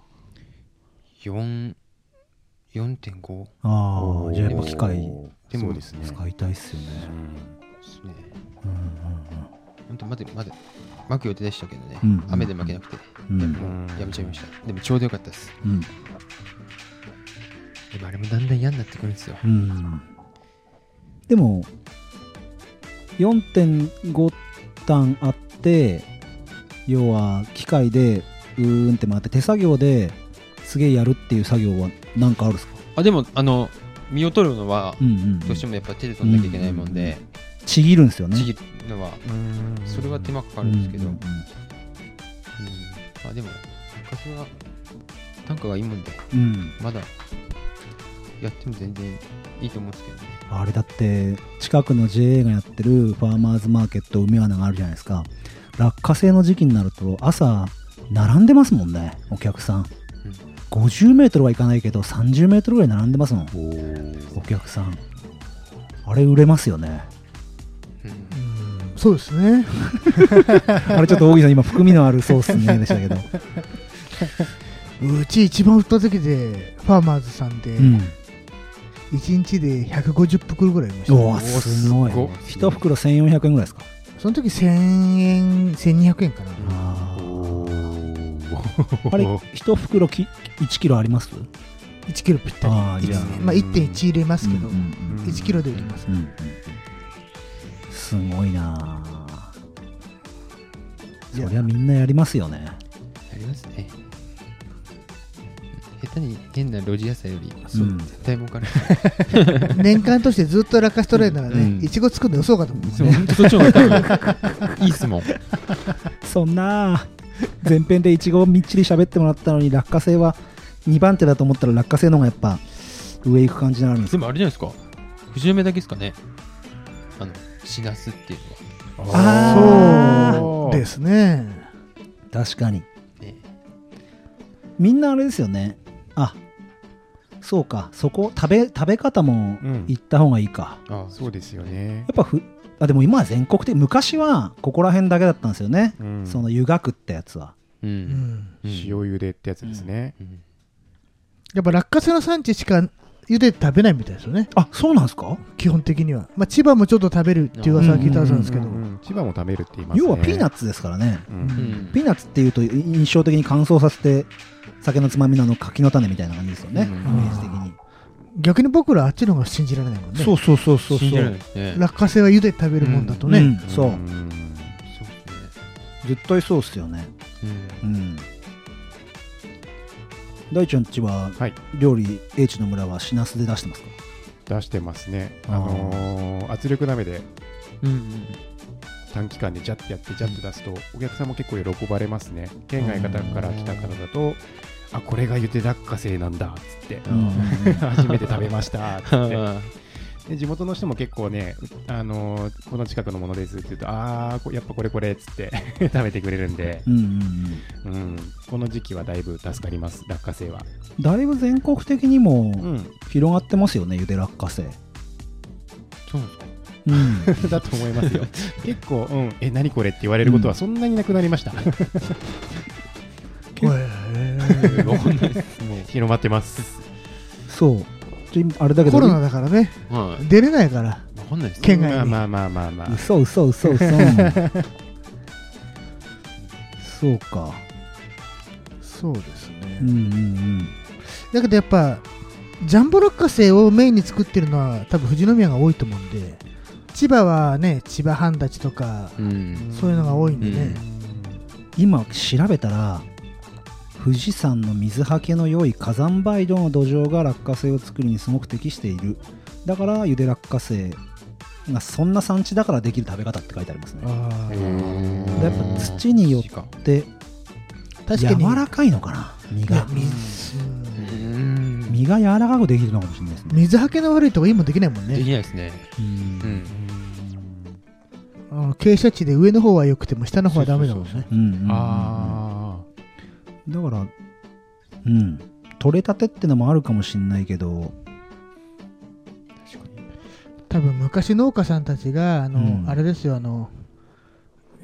F: 4 4.5
A: あ
C: お
A: あ
C: ー
A: じゃあやっぱ機械
C: でもですね。
A: 使いたいっすよ
C: う
A: ね
C: ん
F: ですね
A: うん
F: 本当まだまだ巻く予定でしたけどね、
A: うん
F: 雨で巻けなくて、
A: うんう
F: で
A: ん
F: ももうやめちゃいましたでもちょうどよかったです
A: うん
F: でもあれもだんだん嫌になってくるんですよ
A: うんでも4.5単あって要は機械でうーんって回って手作業ですげえやるっていう作業は何かあるんですか
F: あでもあの身を取るのは
A: うんうん
F: どうしてもやっぱ手で取んなきゃいけないもんで、
A: ちぎるんですよね
F: ちぎるのはそれは手間かかるんですけど、
A: う
F: うんん
A: うんうん
F: まあでも昔は単価がいいもんで
A: うん、
F: まだやっても全然いいと思うんですけどね
A: あれだって近くの JA がやってるファーマーズマーケット梅穴があるじゃないですか落花生の時期になると朝並んでますもんねお客さん、50メートルはいかないけど30メートルぐらい並んでますもんお客さんあれ売れますよね
F: うん
E: うんそうですね
A: あれちょっと大木さん今含みのあるソースねでした けど、
E: うち一番売った時でファーマーズさんで
A: うん、
E: 1日で150袋ぐらい売りました、
A: おおすごい
C: すごい
A: 1袋1400円ぐらいですか
E: その時1000円1200円かな、
A: あ
C: お
A: ー
C: ー
A: あれ1袋き1キロあります
E: 1キロぴったり
A: あーじゃあ
E: いつねまあ、1.1入れますけど、
A: うんうんうん
E: 1キロで売ります、
A: うんうんうんすごいなあ
E: いや
A: そりゃみんなやりますよね
F: やりますね下手に変な路地野菜より
A: うん
F: 絶対儲かる、
E: 年間としてずっと落下しとれるなら
F: うん
E: ねいちご作るの嘘かと思う
F: そう
E: ね
F: ほんとそっちの方が多分いいっすもん
A: そんなあ前編でイチゴをみっちり喋ってもらったのに落花生は2番手だと思ったら落花生の方がやっぱ上行く感じになるんです
F: でもあれじゃないですか藤梅だけですかねあのしなすっていうの
A: あ
F: は
A: ー
E: そうですね
A: 確かに
F: ね
A: みんなあれですよねあそうかそこ食べ食べ方も
C: うん
A: 行った方がいいか、
F: ああ
C: そうですよ
A: や。っ
C: ね
A: ぱふあでも今は全国的昔はここら辺だけだったんですよね、
C: うん
A: その湯がくってやつは
F: う、
E: うんん、
F: うん
C: 塩茹でってやつですね。
F: うん
E: やっぱ落花生の産地しか茹でて食べないみたいですよね
A: あそうなんですか
E: 基本的には、まあ、千葉もちょっと食べるっていう噂は聞いたはずなんですけど、
C: うんうん千葉も食べるって言いますね。
A: 要はピーナ
C: ッ
A: ッツですからね、
C: うん
F: う
E: うん
A: ピーナッツっていうと印象的に乾燥させて酒のつまみなの柿の種みたいな感じですよね、
F: うん
A: イメージ的に、
E: 逆に僕らあっちの方が信じられないもんね
A: そうそうそうそうそ
F: 信じられ
A: う
F: ないですね
E: 落花生は茹でて食べるもんだとね、
A: うんそう、
C: ん
F: そうですね
A: 絶対そうっすよね
F: うん
A: うん大ちゃんちは
C: はい
A: 料理 H の村はシナスで出してますか
C: 出してますね。
A: あー
C: あのー圧力鍋で
F: うんうん
C: 短期間でジャッてやってジャッて出すとお客さんも結構喜ばれますね県外方から来た方だとあこれがゆで落花生なんだっつって、
A: うん
C: 初めて食べましたっ つっ
F: ああ
C: てで地元の人も結構ね、あのーこの近くのものですって言うとああやっぱこれこれっつって 食べてくれるんで、
A: うんうんうん
C: うん、この時期はだいぶ助かります落花生は、
A: だいぶ全国的に
C: う
A: も
C: ん、
A: 広がってますよねゆで落花生
F: そうなんですか
A: うん
C: だと思いますよ結構、うん、え何これって言われることはそんなになくなりました、
E: へー
F: わかんないですも
C: 広まってます
A: そうちょあれだけど
E: コロナだからね
F: うは
E: 出れないから
F: いわかんないです
E: 県外に
C: まあまあまあまあまあ
A: 嘘嘘嘘嘘 そうか
E: そうですね、
A: うんうんうん
E: だけどやっぱジャンボ落花生をメインに作ってるのは多分富士宮が多いと思うんで千葉はね千葉半立ちとか
F: うん
E: そういうのが多いんでね、
A: 今調べたら富士山の水はけの良い火山灰土の土壌が落花生を作るにすごく適しているだからゆで落花生がそんな産地だからできる食べ方って書いてありますね
E: あー
F: うん
A: やっぱ土によ
F: 土か
A: って
E: 確か
A: 柔
E: に
A: らかいのかな身が
E: ね水
F: う
E: うん
F: ん
A: 身が柔らかくできるのかもしれないですね
E: 水はけの悪いとこ今できないもん
F: でき
E: ね
F: ないですね
A: うん
F: うん
E: あの傾斜地で上の方は良くても下の方はダメだもんね
F: そうそう
A: うんうんうんうん
C: あ
A: だからうん取れたてってのもあるかもしれないけど
E: 多分昔農家さんたちがあの、
A: うん
E: あれですよあの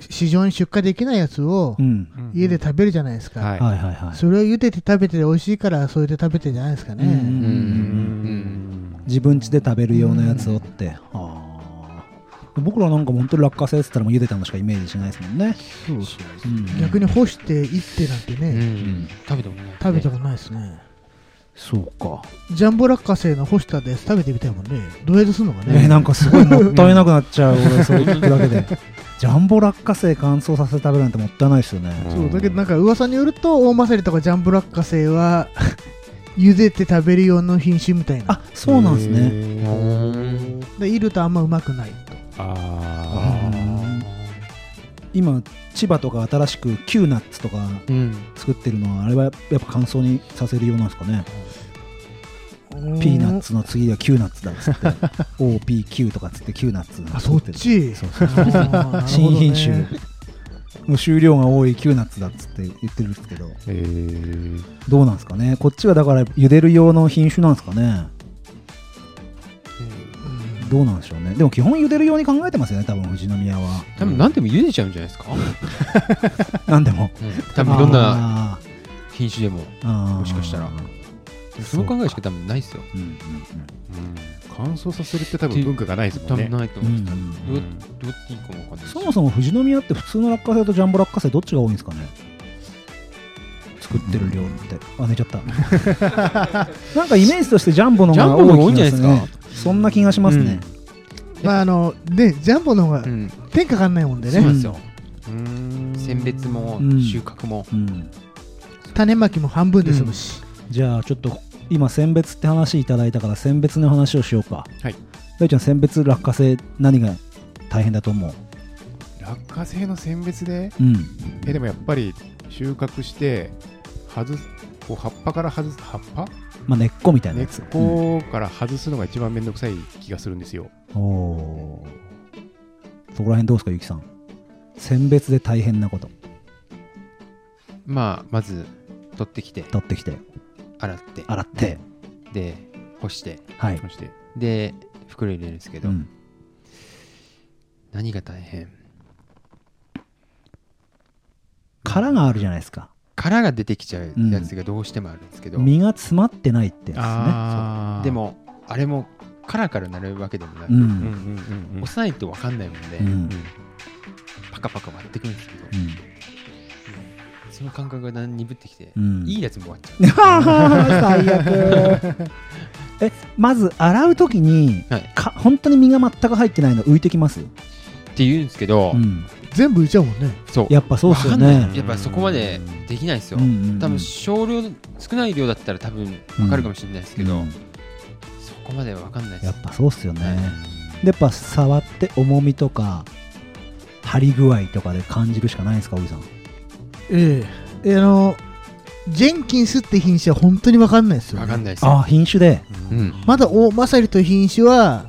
E: 市場に出荷できないやつを
A: うん
C: あ
E: 家で食べるじゃないですか、
C: はい
A: はいはいはい
E: それを茹でて食べて美味しいからそれで食べてんじゃないですかね、
A: うんうん
F: う
C: うんん
A: 自分家で食べる用のやつをって、あー僕らなんか本当に落花生っつったらもう茹でたのしかイメージしないですもんね、うん
E: 逆に干していってなんてね、
F: うん食べたことない
E: 食べたことないですね
A: そうか、
E: ジャンボ落花生の干したやつ食べてみたいもんねどうやってすんのか
A: えー
E: ね、
A: なんかすごいもったいなくなっちゃう俺それ聞くだけで ジャンボ落花生乾燥させて食べるなんてもったいないですよね、
E: そうだけどなん
C: か
E: か噂によると大まさりとかジャンボ落花生は 茹でて食べる用の品種みたいな
A: あそうなんですね
C: ね
E: でいるとあんまうまくないと
C: あ
A: 今千葉とか新しくキューナッツとか
F: うん
A: 作ってるのはあれはやっぱ乾燥にさせるようなんですかねピーナッツの次はキューナッツだっつ って OPQ とかっつってキューナッツ
E: あそっち
A: そう
E: あーなるほどね
A: 新品種、もう収量が多いキューナッツだっつって言ってるんですけど
C: えー
A: どうなんですかねこっちはだから茹でる用の品種なんですかねどうなんでしょうねでも基本茹でる用に考えてますよね多分富士宮 は
F: 多分何でも茹でちゃうんじゃないですか
A: 何でも
F: 多分いろんな
A: な
F: 品種でももしかしたらその考えしか多分ないですよ
A: うんうん
C: うん乾燥させるって多分文化がないですも
F: 多
C: んね
F: 分ないと
A: う
F: 思
A: んう
F: う
A: ん
F: です
A: うん
F: どうどうやっていいかもわかんない
A: そもそも富士宮って普通の落花生とジャンボ落花生どっちが多いんですかね作ってる量ってあ寝ちゃった なんかイメージとしてジャンボの
F: ジャ
A: 方
F: ンボ
A: が
F: の方が
A: 多
F: 多い
A: い
F: ん
A: 気
F: じゃ
A: が
F: ない
A: す
F: です
A: る
F: か
A: ねそんな気がしますね、
E: まああのねジャンボの方が
F: うん
E: 天下かんないもんで
F: そう
E: ね
F: なんですよ
C: うん
F: 選別も
A: うん
F: 収穫も
A: うん、
E: 種まきも半分で済むし、
A: じゃあちょっと今選別って話いただいたから選別の話をしようか
C: はい
A: 大ちゃん選別落花生何が大変だと思う
C: 落花生の選別で
A: うん
C: えでもやっぱり収穫して外すこう葉っぱから外す葉っぱ
A: まあ根っこみたいな
C: 根っ
A: やつ、
C: こから外すのが一番面倒くさい気がするんですよ
A: うんおーそこら辺どうですかゆきさん選別で大変なこと
F: まあまず取ってきて
A: 取ってきて
F: 洗って
A: 洗って
F: で干して
A: はい、
C: そして
F: で袋入れるんですけ
A: う
F: ど、
A: ん、
F: 何が大変
A: 殻があるじゃないですか
F: 殻が出てきちゃうやつがどうしてもあるんですけど、
A: 身が詰まってないってや
C: あー
F: でもあれも殻からなるわけでもな
A: つ
F: い、
A: ですねう
C: うんうん
A: ん
C: うんうん
F: 押さないと分かんないもんで、
A: うんうん
F: パカパカ割ってくるんですけど、その感覚がだんだん鈍ってきて、
A: うん
F: いいやつも割っちゃ
A: 最悪 えまず洗う時に
F: う、はい、
A: か本当に身が全く入ってないの浮いてきます、
F: って言うんですけど、
A: うん、
E: 全部浮いちゃうもんね。
F: そう
A: やっぱそうですよ
F: わかんない
A: ね
F: やっぱそこまでできないですよ、
A: うんうんうん
F: 多分少量少ない量だったら多分分かるかもしれないですけど、
A: うん
F: そこまで分かんないです
A: やっぱそうっすよね、
F: はい
A: でやっぱ触って重みとか張り具合とかで感じるしかないんですか小木さん
E: ええあの、ジェンキンスって品種は本当に分かんないですよ、
F: 分
E: ね。
F: かんないです
A: あ
F: よ、
A: あ品種で
F: うん、
E: まだ大マサリという品種は、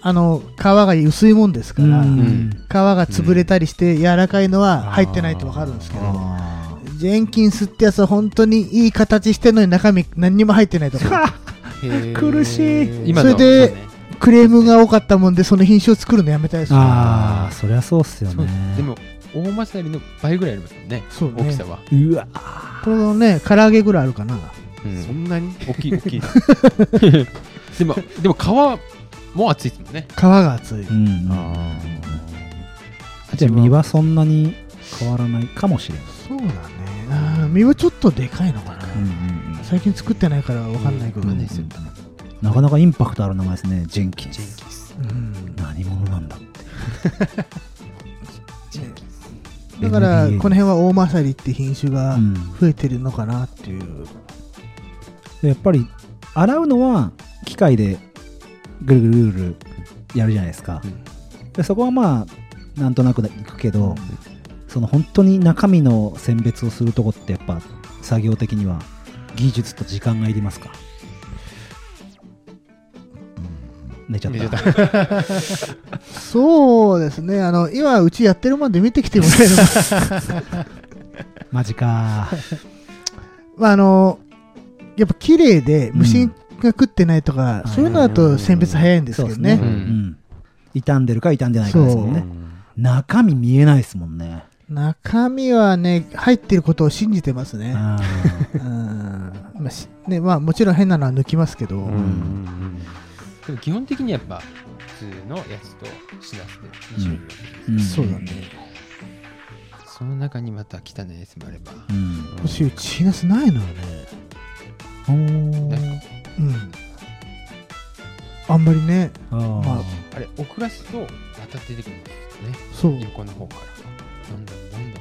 E: あの、皮が薄いもんですから、皮
F: ん
E: が潰れたりして柔らかいのは入ってないと分かるんですけど、
A: あ
E: ジェンキンスってやつは本当にいい形してるのに中身何にも入ってないと か、
A: 苦しい
F: 今の
E: それで
F: そうね
E: クレームが多かったもんで、その品種を作るのやめたいですよ
A: あーそりゃそうっすよ
F: そう
A: ね
F: でも大まさりの倍ぐらいありますもんね
E: そうね
F: 大きさは、
A: うわ
E: これのね、唐揚げぐらいあるかな。
C: そんなに
F: 大きい大 きいでもでも皮も厚いですもんね
E: 皮が厚い。
A: うん
C: あ
A: じゃあ身はそんなに変わらないかもしれない、
E: そうだね。あー身はちょっとでかいのかな。最近作ってないから分かんないけど、
A: う
E: うんん
A: うんなかなかインパクトある名前ですねジェンキン
F: ジェン
A: ス
F: キンス
A: 何者なんだって
E: だからこ
A: NBA
E: の辺は大まさりって品種が
A: うん
E: 増えてるのかなっていう、
A: でやっぱり洗うのは機械でぐるぐるぐるぐるやるじゃないですか、でそこはまあなんとなくいくけど、その本当に中身の選別をするとこってやっぱ作業的には技術と時間がいりますか寝ちゃった
C: 寝ちゃ
E: そうですねあの今うちやってるもんで見てきてもらえる
A: マジか
E: まああのやっぱ綺麗で無心が食ってないとか、
A: うん
E: そういうのだと選別早いんです
A: そう
E: け
A: ですね
E: どね
A: うん傷んでるか傷んでないかですもん
C: う
A: ね
C: ん
A: 中身見えないですもんね
E: 中身はね入ってることを信じてますね
A: あー
E: うんまあしねまあもちろん変なのは抜きますけど、
C: うんうん
F: でも基本的にやっぱ普通のやつとシラスで2種類ぐらい
A: うん
E: そうだね
F: その中にまた汚いやつもあれば、
A: うん
E: もしうちシナスないのよね
A: おー
F: なんか
E: うんあんまりね
A: あー
E: まあ
F: あれ遅らすとまた出てくるんですよね
E: そう
F: 横の方からどんどんどん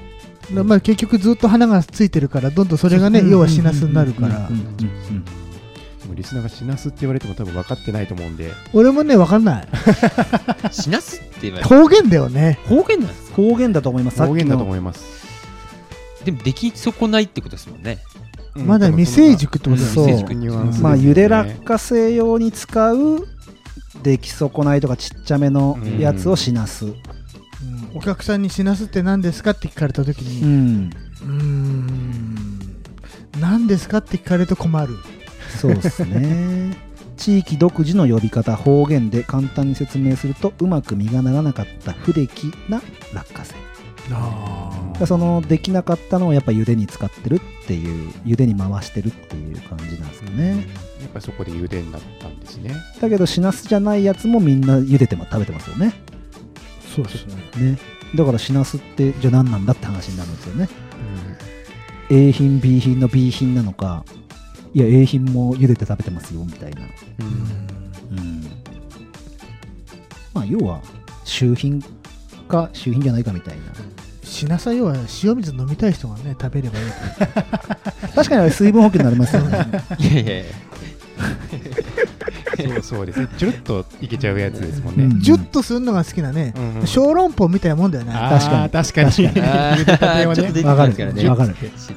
F: どん
E: だまあ結局ずっと花がついてるからどんどんそれがね
A: うん
E: 要はシナスになるから
A: うんうんうん
C: でもリスナーがしなすって言われても多分分かってないと思うんで
E: 俺もね分かんない
F: しなすって 言えば
E: 方言だよね
F: 方言なんですか
A: 方言だと思いますさっ
C: 方
A: き
C: 言だと
A: の
C: 思います
F: でもでき損ないってことですもんね
E: まだ未成熟ってことだ
A: そ
E: よ
A: う
E: ね
A: 未成熟
C: ニュアンスです
A: ま
C: よ
A: あ
C: ね
A: ゆで落花生用に使う出来損ないとかちっちゃめのやつをしなす
E: うんお客さんにシナスって何ですかって聞かれた時
A: う
E: に
A: ん
E: うーん何ですかって聞かれると困る
A: そうです ね地域独自の呼び方方言で簡単に説明するとうまく実がならなかった不出来な落花生
E: あ
A: だからそのできなかったのをやっぱ茹でに使ってるっていう茹でに回してるっていう感じなんですかね
C: やっぱりそこでゆでになったんですね
A: だけどしなすじゃないやつもみんな茹でても食べてますよね
E: そうですね
A: ねだからしなすってじゃあ何なんだって話になるんですよね A 品 B 品の B 品なのかいや A 品も茹でて食べてますよみたいなうんまあ要は周品か周品じゃないかみたいな
E: シナスは要は塩水飲みたい人がね食べればいい
A: 確かにあれ水分補給になりますよ ね
F: いやいやいや
C: そうそうですねちゅるっといけちゃうやつですもん
A: う
C: ね
A: ん
E: ジュッとするのが好きなね
C: うんうん
E: 小籠包みたいなもんだよね
C: あー確かに
A: 確かに
C: 確かにゆでたて
F: ちょ
C: は
F: っ
C: ね
F: と出てきますからね
A: わかるわか
F: 汁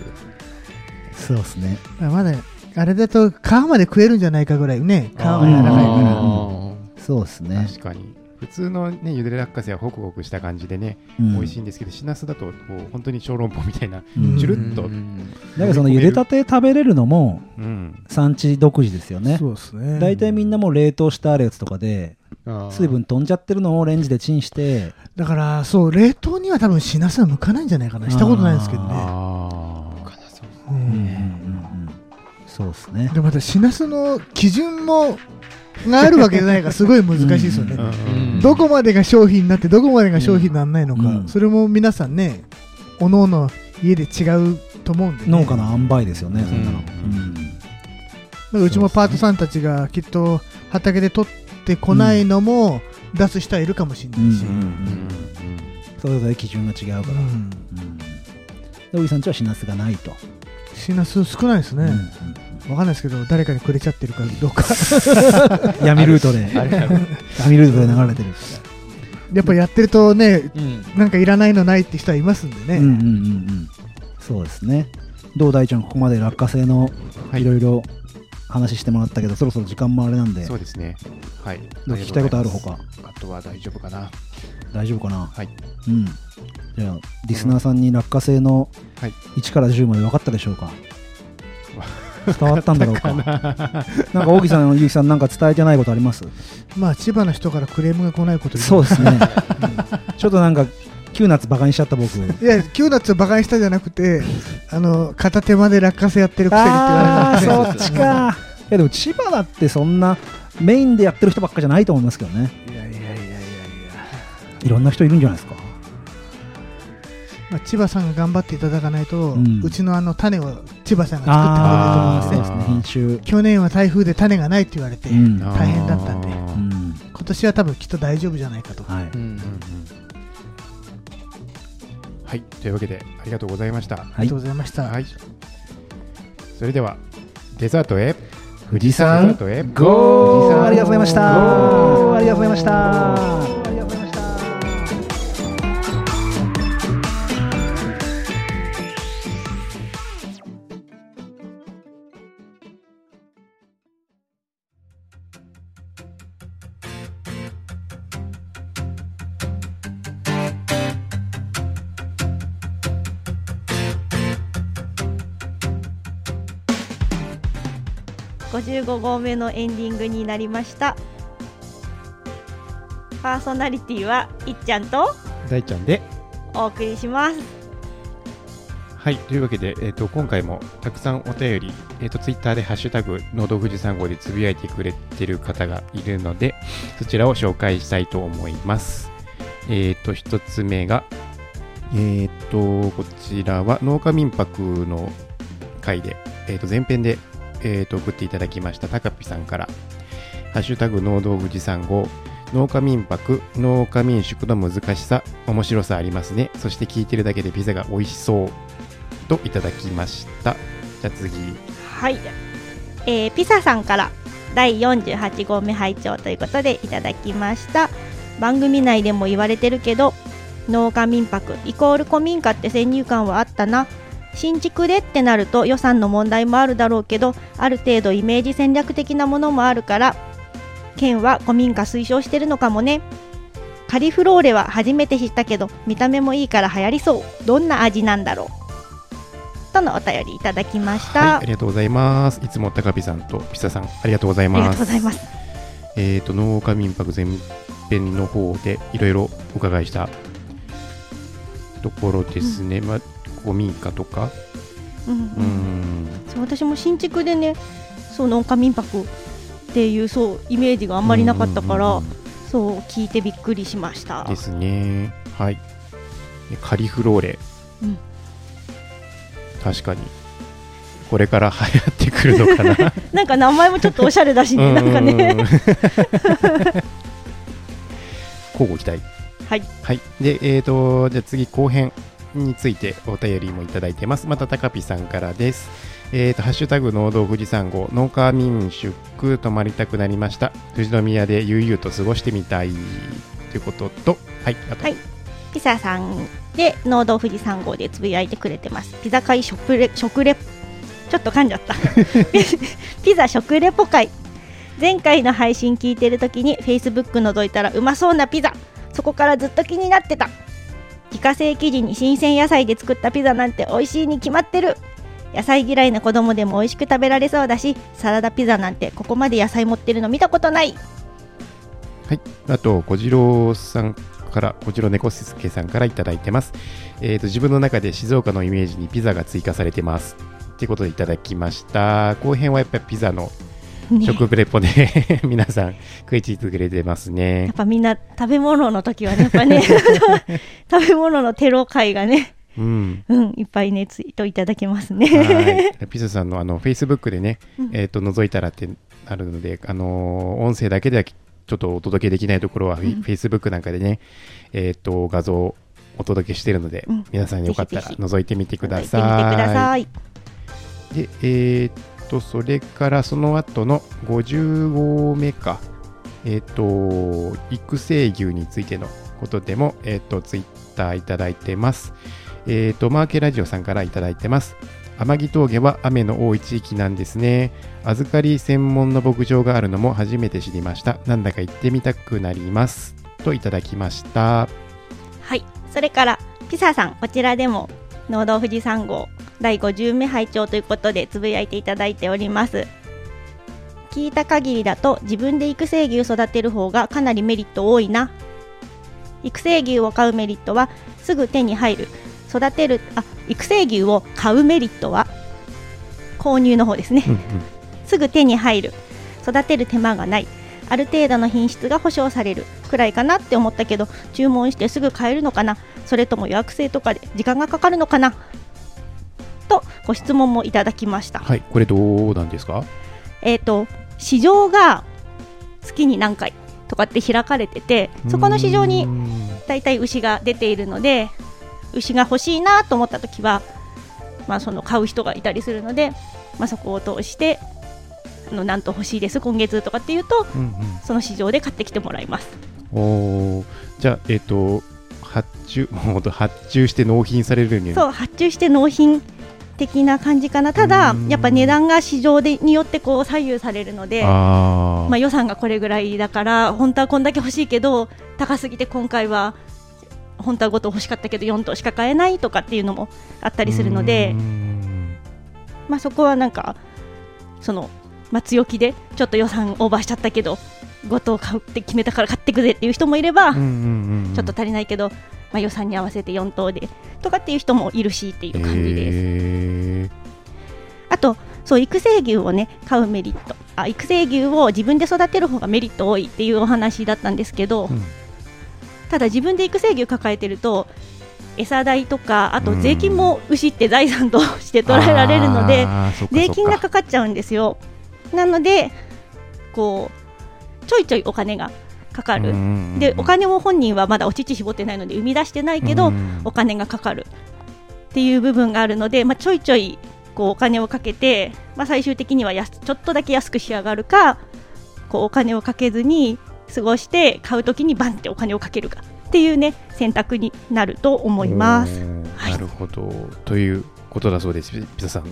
A: そうですね
E: まだあれだと皮まで食えるんじゃないかぐらいね皮が柔らかい
A: あ
E: か
A: ー
E: ら
A: そうですね
C: 確かに普通のねゆで落花生はホクホクした感じでね、
A: うん
C: 美味しいんですけどしなすだとこう本当に小籠包みたいな、
A: うん
C: ジュ
E: ち
C: ル
E: る
C: ッと、
F: うん
A: だけどその茹でたて食べれるのも
C: うん、
A: 産地独自ですよね
E: そうですね。
A: 大体みんなもう冷凍したやつとかで
F: あー
A: 水分飛んじゃってるのをレンジでチンして
E: だから、そう、冷凍には多分しなすは向かないんじゃないかな。したことないですけどね。
C: ああ
F: かなそ
E: う
F: う
A: うんうんうん
E: ん
A: うんそうですね
E: で、またしなすの基準も、があるわけじゃないから、すごい難しいですよね。
F: うん
E: どこまでが商品になってどこまでが商品にならないのか、
A: うん
E: それも皆さんねおのおの家で違うと思うんで、ね、
A: 農家の塩梅ですよねそんなの
C: うん
E: だからうちもパートさんたちがきっと畑で取ってこないのも出す人はいるかもしれ
A: う
E: なん
A: う
E: い
A: ん
E: し、
A: う
E: うん
A: んうんそれぞれ基準が違うからうんで小木さんちはしなすがないと
E: シナス少ないですね、
A: う
E: わ
A: ん
E: かんないですけど誰かにくれちゃってるかどうか
A: 闇ルートで闇ルートで流れてる
E: やっぱやってるとね
F: うん
E: なんかいらないのないって人はいますんでね、
A: うんうんうんうんそうですねどう大ちゃんここまで落花生の
C: はい
A: いろいろ話してもらったけど、そろそろ時間もあれなんで
C: そうですねはい
A: どう聞きたいことあるほ
C: か
A: か
C: あとは大丈夫かな
A: 大丈夫かな
C: はい
A: うんじゃあリスナーさんに落花生の
C: はい
A: 1から10まで分かったでしょうか伝わったんだろうか なん
C: な
A: か大木さん結城さんなんか伝えてないことあります
E: まあ千葉の人からクレームが来ないこと に
A: そうですねちょっとなんか9夏バカにしちゃった僕
E: いや、キューナッツを馬鹿にしたじゃなくて、あの、片手まで落花生やってるくせにって言わ
A: あ
E: れ
A: ー
E: たん
A: そっち かいやでも千葉だってそんなメインでやってる人ばっかじゃないと思いますけどね
E: で。いやいやいやいやいや。
A: いろんな人いるんじゃないですか
E: まあ、千葉さんが頑張っていただかないと、
A: う
E: うんちのあの種を千葉さん
A: あ
E: が
A: あ
E: 作
A: そう
E: ってくれると思うん
A: で
E: ですす
A: ね
E: ね。
A: 編集
E: 去年は台風で種がないって言われて、
A: うん
E: 大変だったんで
C: あー
A: うん
E: 今年は多分きっと大丈夫じゃないかと。
A: はい
F: うん
C: はい、というわけでありがとうございました。
E: ありがとうございました。
C: はい。それではデザートへ
A: 富士
C: デザー
A: 山
C: トへ
A: ゴーあり
C: 富
A: がとうご
C: 士山
A: ざいました
C: ゴー
A: ありがとうございました
G: 55号目のエンディングになりましたパーソナリティはいっちゃんと
C: 大ちゃんで。
G: お送りします
C: はい、というわけで、えっ、と、今回もたくさんお便り、えっ、と、ツイッターでハッシュタグ、のど富士山号でつぶやいてくれてる方がいるので、そちらを紹介したいと思います。えっ、と、一つ目が、えっ、と、こちらは農家民泊の回で、えっ、と、前編で、えっ、と、送っていただきました、たかぴさんから、ハッシュタグ、農道富士山号、農家民泊、農家民宿の難しさ、面白さありますね。そして聞いてるだけでピザが美味しそう。といただきました。じゃあ次。
G: はい、えーピサさんから第48号目拝聴ということでいただきました番組内でも言われてるけど農家民泊イコール古民家って先入観はあったな新築でってなると予算の問題もあるだろうけどある程度イメージ戦略的なものもあるから県は古民家推奨してるのかもねカリフローレは初めて知ったけど見た目もいいから流行りそうどんな味なんだろうとのお便りいただきました、
C: はい、ありがとうございます。いつも高ピさんとピサさん、ありがとうござい
G: ありが
C: ま
G: とう
C: す。
G: ございます。
C: えっ、と、農家民泊前編の方でいろいろお伺いしたところですね。まあ、古民家とか。
G: うん
C: うーん。
G: そう私も新築でね、そう農家民泊っていうそうイメージがあんまりなかったから、
C: うんうんうん
G: そう聞いてびっくりしました。
C: ですね。はい。でカリフローレ。
G: うん
C: 確かに。これから流行ってくるのかな。
G: なんか名前もちょっとおしゃれだしね、なんかね。
C: うん。 交互期待。
G: はい。
C: はい。で、えっ、と、じゃあ次、後編についてお便りもいただいてます。また、高ピさんからです。えっ、と、ハッシュタグ、農道富士山号、農家民宿、泊まりたくなりました。富士宮で悠々と過ごしてみたい。ということと、はい。あと、
G: はいピサさんで農道富士山号でつぶやいてくれてます。ピザ会食レ食レちょっと噛んじゃった。ピザ食レポ会。前回の配信聞いてる時に Facebook 覗いたらうまそうなピザそこからずっと気になってた自家製生地に新鮮野菜で作ったピザなんて美味しいに決まってる野菜嫌いな子供でも美味しく食べられそうだしサラダピザなんてここまで野菜持ってるの見たことない
C: あと、小次郎さんから、小次郎猫すけさんからいただいてます。えっ、と、自分の中で静岡のイメージにピザが追加されてます。ってことでいただきました。後編はやっぱりピザの
G: ね
C: 食プレポで 皆さん食いついてくれてます
G: や
C: ね
G: っ。ぱみんな食べ物の時はねやっ ぱね食べ物のテロ会がね
C: うん。
G: うんいっぱいねツイートいただけますね
C: はい。ピザさんのあの、Facebook でね、
G: うん
C: えっ、と、覗いたらってあるので、あのー音声だけではきちょっとお届けできないところは、フェイ
G: うん
C: Facebook なんかでね、えっ、と、画像をお届けしてるので、
G: うん
C: 皆さんよかったら
G: ぜひぜ
C: 覗いてみてください。
G: 覗いてみてください
C: で、えーっと、それからその後の50号目か、えーっと、育成牛についてのことでも、えーっと、ツイッターいただいてます。えーっと、マーケラジオさんからいただいてます。天城峠は雨の多い地域なんですね。預かり専門の牧場があるのも初めて知りました。なんだか行ってみたくなります。といただきました。
G: はい、それからピサさんこちらでも農道富士山号第50名拝聴ということでつぶやいていただいております聞いた限りだと自分で育成牛育てる方がかなりメリット多いな育成牛を買うメリットはすぐ手に入る育てるあ育成牛を買うメリットは購入の方ですね
C: うんうん
G: すぐ手に入る育てる手間がないある程度の品質が保証されるくらいかなって思ったけど注文してすぐ買えるのかなそれとも予約制とかで時間がかかるのかなとご質問もいただきました、
C: はい、これどうなんですか
G: えっ、と市場が月に何回とかって開かれててそこの市場
C: うー
G: に
C: ん
G: だいたい牛が出ているので牛が欲しいなと思った時は、まあ、その買う人がいたりするので、まあ、そこを通してあのなんと欲しいです今月とかっていうと
C: うんうん
G: その市場で買ってきてもらいます
C: おーじゃあ、えっ、と、発注、 もうほんと発注して納品されるように。
G: そう発注して納品的な感じかなただ
C: うん
G: やっぱ値段が市場でによってこう左右されるので
C: あー
G: まあ、予算がこれぐらいだから本当はこんだけ欲しいけど高すぎて今回は本当は5頭欲しかったけど4頭しか買えないとかっていうのもあったりするので
C: うーん
G: まあ、そこはなんかその、まあ、強気でちょっと予算オーバーしちゃったけど5頭買うって決めたから買ってくぜっていう人もいれば、
C: うんうんうん
G: ちょっと足りないけど、まあ、予算に合わせて4頭でとかっていう人もいるしっていう感じです。
C: え
G: あとそう育成牛をね買うメリットあ育成牛を自分で育てる方がメリット多いっていうお話だったんですけど、
C: うん
G: ただ自分で育成牛抱えてると餌代とかあと税金も牛って財産として捉えられるので税金がかかっちゃうんですよなのでこうちょいちょいお金がかかる、でお金も本人はまだお乳絞ってないので生み出してないけど、お金がかかるっていう部分があるので、まあ、ちょいちょいこうお金をかけて、まあ、最終的にはやすちょっとだけ安く仕上がるかこうお金をかけずに過ごして買うときにバンってお金をかけるかっていうね選択になると思います。はい
C: なるほど、ということだそうです、ピザさん。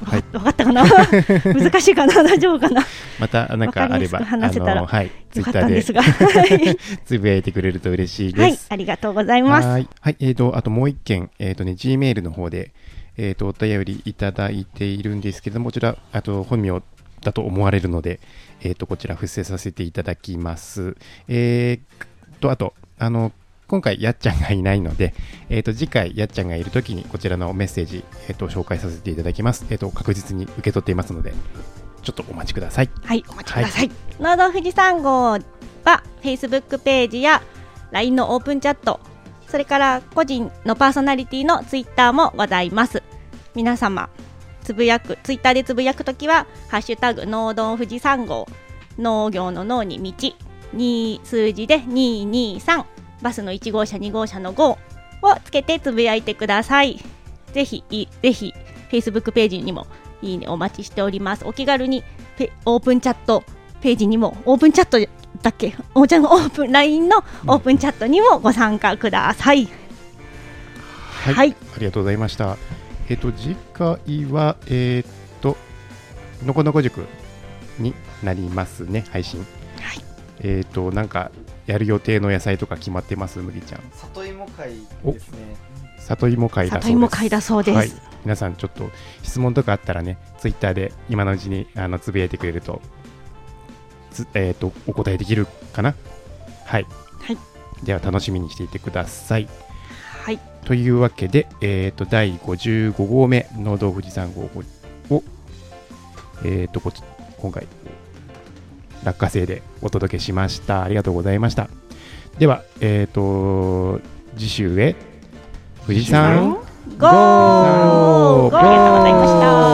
G: わ
C: はい
G: わかったかな 難しいかな大丈夫かな
C: またなんかあれば、
G: わかりやすく話せたら
C: あのはい、ツイ
G: よか
C: ッ
G: っ
C: タ
G: たんです
C: ー
G: が。はい
C: でつぶやいてくれると嬉しい
G: は
C: で
G: い
C: す。、
G: ありがとうございます。
C: はい。はいえっ、と、あともう一件、えっ、とね、G メールの方で、えっ、と、お便りいただいているんですけれども、こちら、あと、本名だと思われるので、えっ、と、こちら、伏せさせていただきます。えー、と、あと、あの、今回、やっちゃんがいないので、えっ、と、次回、やっちゃんがいるときに、こちらのメッセージ、えっ、と、紹介させていただきます。えっ、と、確実に受け取っていますので、ちょっとお待ちください。
G: はい、お待ちください。農道富士山号は Facebook ページや LINE のオープンチャット、それから個人のパーソナリティの Twitter もございます。皆様、つぶやく、Twitter でつぶやくときは、ハッシュタグ農道富士山号、農業の農に道、に数字で223、バスの1号車2号車の5をつけてつぶやいてください。ぜひ、いぜひ、Facebook ページにもいいねお待ちしております。お気軽にペオープンチャットページにもオープンチャットだっけおもちゃんのオープン LINE のオープンチャットにもご参加ください。
C: は
G: はい
C: ありがとうございました。えっ、と、次回は、えーっと、のこのこ塾になりますね、配信。
G: はい
C: えっ、と、なんか、やる予定の野菜とか決まってます、麦ちゃん。
B: 里芋会ですね。
C: 里芋会だそうです。
G: 里芋会だそうです、
C: はい、皆さんちょっと質問とかあったらね、ツイッターで今のうちにあのつぶやいてくれると、つえっ、と、お答えできるかなはい。
G: はい
C: では楽しみにしていてください。
G: はい
C: というわけで、えっ、と、第55号目、農道富士山号を、えっ、と、こち今回、落花生でお届けしました。ありがとうございました。では、えっ、と、次週へ、富士山
G: ゴーありがとうございました